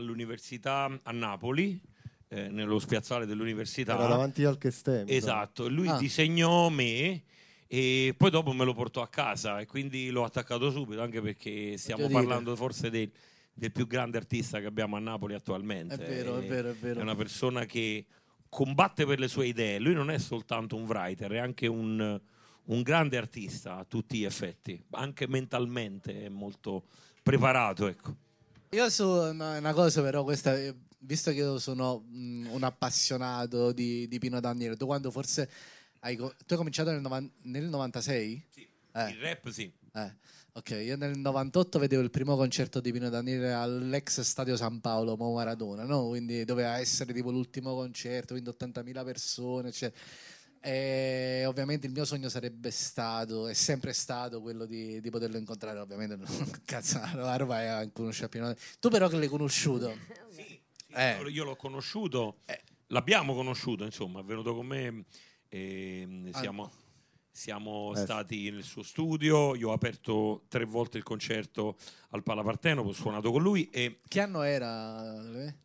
all'università a Napoli, eh, nello spiazzale dell'università. Era davanti al Chestem. Esatto, e lui Ah. disegnò me e poi dopo me lo portò a casa e quindi l'ho attaccato subito anche perché stiamo dire. parlando forse del, del più grande artista che abbiamo a Napoli attualmente. È vero, è Eh, vero, è vero. È una persona che combatte per le sue idee, lui non è soltanto un writer, è anche un, un grande artista a tutti gli effetti, anche mentalmente è molto preparato, ecco. Io su una, una cosa però, questa, eh, visto che io sono mh, un appassionato di, di Pino Daniele, tu quando forse hai, co- tu hai cominciato nel, novan- nel 96? Eh. Il rap sì. Eh, ok, io nel 98 vedevo il primo concerto di Pino Daniele all'ex Stadio San Paolo, Mo Maradona, no? quindi doveva essere tipo l'ultimo concerto, quindi 80.000 persone, eccetera. E ovviamente il mio sogno sarebbe stato, è sempre stato quello di, di poterlo incontrare, ovviamente non <laughs> cazzo, la roba è anche uno sciappino. Tu però che l'hai conosciuto, Eh. Io l'ho conosciuto, Eh. l'abbiamo conosciuto, insomma, è venuto con me. ehm, Ah. siamo siamo Eh. stati nel suo studio, io ho aperto tre volte il concerto al Palaparteno, ho suonato con lui e che anno era? eh, Ale?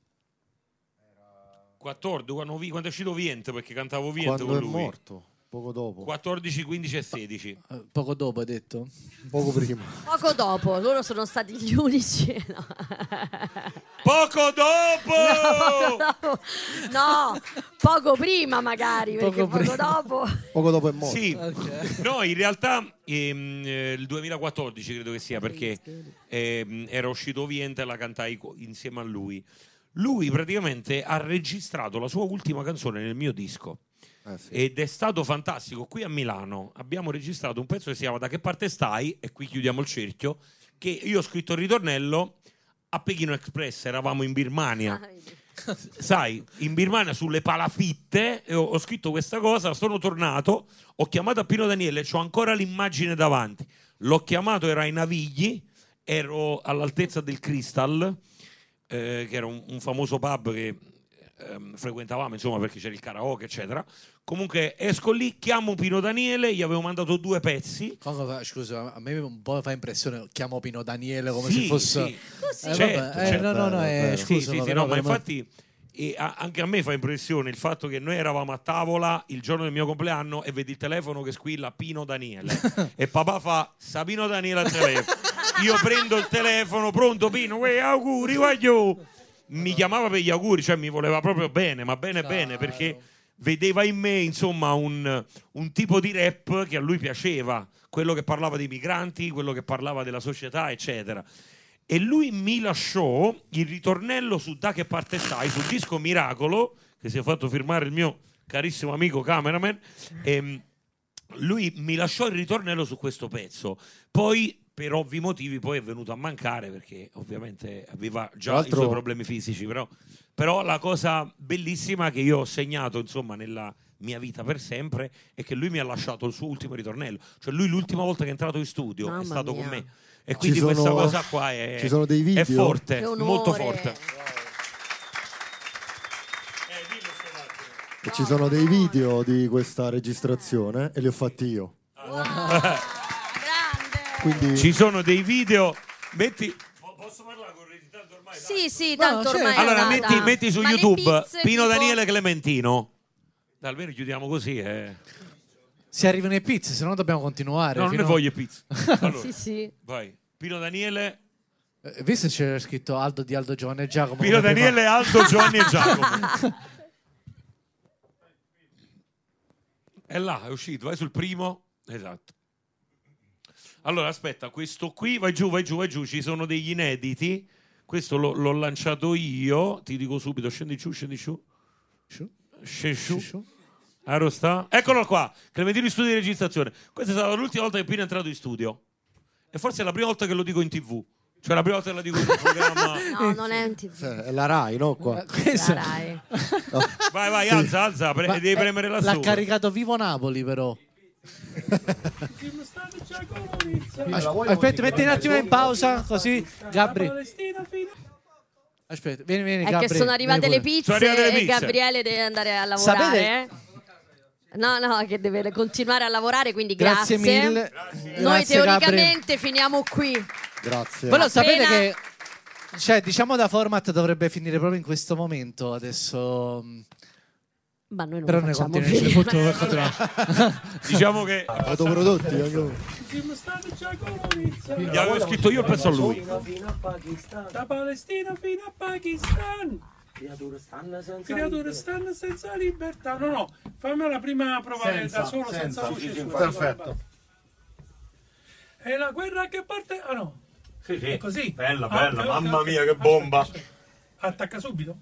14, quando, vi- quando è uscito Vient, perché cantavo Vient Quando con è lui. morto, poco dopo, 14, 15 e 16. Eh, Poco dopo hai detto? <laughs> poco prima. Poco dopo, loro sono stati gli unici. <laughs> No, Poco poco, <laughs> dopo! dopo. No, poco prima magari, perché Poco poco prima. dopo... Poco dopo è morto. Sì, Ok. no, in realtà ehm, eh, il 2014 credo che sia perché ehm, era uscito Viente e la cantai co- insieme a lui. Lui praticamente ha registrato la sua ultima canzone nel mio disco Eh, sì. ed è stato fantastico. Qui a Milano abbiamo registrato un pezzo che si chiama Da che parte stai? E qui chiudiamo il cerchio. Che io ho scritto il ritornello a Pechino Express, eravamo in Birmania Ah, vedi. sai, in Birmania sulle palafitte e ho, ho scritto questa cosa, sono tornato, ho chiamato a Pino Daniele, ho ancora l'immagine davanti. L'ho chiamato, era ai Navigli, ero all'altezza del Crystal, eh, che era un, un famoso pub che ehm, frequentavamo, insomma, perché c'era il karaoke, eccetera. Comunque esco lì, chiamo Pino Daniele, gli avevo mandato due pezzi. Comunque, fa- scusa, a me un po' fa impressione, chiamo Pino Daniele come Sì, se fosse... sì. Eh, Certo, vabbè, eh, no, certo. no, no, Vero, eh, vero. Sì, scusa, sì, ma sì, però no, ma per me- infatti eh, a- anche a me fa impressione il fatto che noi eravamo a tavola il giorno del mio compleanno e vedi il telefono che squilla Pino <laughs> Daniele e papà fa Sabino Daniele al telefono. Io prendo il telefono, pronto Pino, uè, auguri, guaglio. Mi chiamava per gli auguri, cioè mi voleva proprio bene, ma bene bene Caro. perché vedeva in me insomma un, un tipo di rap che a lui piaceva, quello che parlava dei migranti, quello che parlava della società, eccetera. E lui mi lasciò il ritornello su Da che parte stai, sul disco Miracolo, che si è fatto firmare il mio carissimo amico cameraman. Ehm, lui mi lasciò il ritornello su questo pezzo. Poi, per ovvi motivi, poi è venuto a mancare perché ovviamente aveva già Tra i suoi l'altro- problemi fisici, però però la cosa bellissima che io ho segnato, insomma, nella mia vita per sempre è che lui mi ha lasciato il suo ultimo ritornello. Cioè, lui l'ultima volta che è entrato in studio Mamma è stato mia. con me. E Ci quindi sono- questa cosa qua è, ci sono dei video? Eh, è forte, Che onore. molto forte. E ci sono dei video di questa registrazione e li ho fatti io. <laughs> Wow, grande. Quindi Ci sono dei video. Metti. Posso parlare con ritardo ormai? Sì, sì, No, tanto certo. ormai è Allora, andata. metti, metti su Ma le YouTube pizze, Pino tipo- Daniele Clementino. Almeno chiudiamo così. Eh. Se arrivano le pizze, se no dobbiamo continuare. No, non fino ne a- voglio pizza. Allora, <laughs> Sì, sì. vai. Pino Daniele. Eh, Visto che c'era scritto Aldo di Aldo Giovanni e Giacomo. Pino come prima- Daniele, Aldo, Giovanni <laughs> e Giacomo. È là, è uscito, vai sul primo. Esatto. Allora, aspetta, questo qui, vai giù, vai giù, vai giù, ci sono degli inediti. Questo lo- l'ho lanciato io, ti dico subito, scendi giù, scendi giù. Scendi giù. Aro sta. Eccolo qua, Clementino in studio di registrazione. Questa è stata l'ultima volta che Pino è entrato in studio. E forse è la prima volta che lo dico in tv. Cioè la prima volta che lo dico in un programma. No, non è un TV. Eh, È la Rai, no? Qua. Questo- Sarai. Vai, vai, alza, alza, pre- Ma- devi eh, premere lassù. L'ha caricato vivo Napoli, però. As- aspetta, metti un attimo in pausa, così Gabri. Aspetta, vieni, vieni, È Gabri. che sono arrivate vieni le pure. pizze, Sono arrivate le e pizze. Gabriele deve andare a lavorare. Sapete- No, no, che deve continuare a lavorare, quindi grazie. Grazie, mille. Noi Grazie, Gabri. teoricamente finiamo qui. Grazie. Però sapete Appena- che cioè, diciamo da format dovrebbe finire proprio in questo momento adesso. mh, Ma noi non Però lo noi facciamo continuiamo. finire. Continuiamo, continuiamo. Diciamo che Autoprodotti, anche- gli avevo scritto io il pezzo a lui. Da Palestina fino a Pakistan. Creature stanno senza libertà. No, no, fammi la prima provare da solo, senza, voce sua. Perfetto. È la guerra che parte... Ah no, è così. Bella, Ah, bella, ok, ok, mamma ok. mia, che bomba. Attacca subito.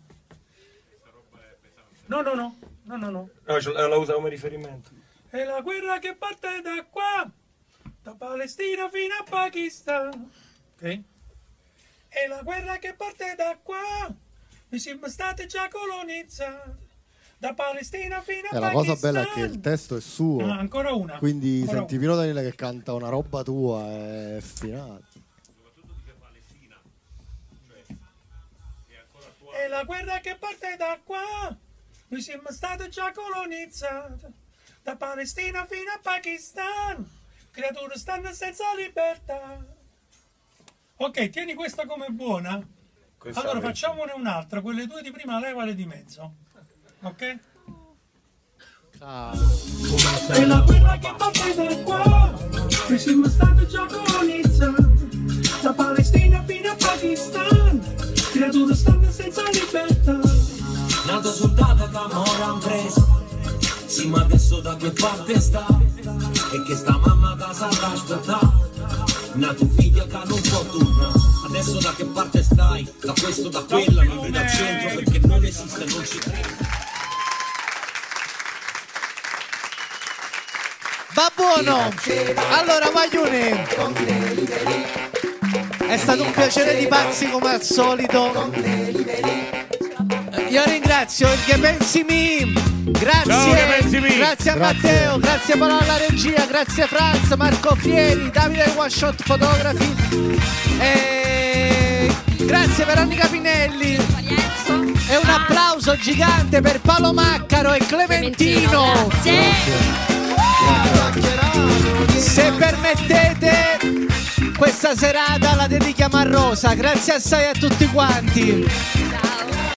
No, no, no, no, no, no. No, ce l- la usa come riferimento. È la guerra che parte da qua, da Palestina fino a Pakistan. Ok? È la guerra che parte da qua, mi siamo stati già colonizzati, da Palestina fino a Eh, la Pakistan. cosa bella è che il testo è suo. Ah, ancora una. Quindi ancora senti Pino Daniele che canta una roba tua è finale. una. È la guerra che parte da qua, mi siamo stati già colonizzati, da Palestina fino a Pakistan. Creature stanno senza libertà. Ok, tieni questa come buona. Questa Allora è la- facciamone un'altra, quelle due di prima levale di mezzo. Ok? E la guerra che parte da qua, che siamo stati già colonizzati, da Palestina fino a Pakistan, creature stanno senza libertà. Nato sul data da Moran preso Sì ma adesso da che parte sta E che sta mamma da sarà aspettà Nato figlio che non può tornare Adesso da che parte stai? Da questo, da quella, non vedo al centro Perché non esiste, non ci credo Va buono! Allora, Maglioni! È stato un piacere di pazzi come al solito. Io ringrazio il Gepensimi! Grazie! Ciao, Che Pensi Mi. Grazie a Matteo, grazie Paolo alla regia, grazie Franz, Marco Fieri, Davide One Shot Photography. E... Grazie Veronica Pinelli. Lorenzo. E un Ah, applauso gigante per Paolo Maccaro e Clementino. Clementino, grazie. Se permettete, questa serata la dedichiamo a Rosa. Grazie assai a tutti quanti. Ciao.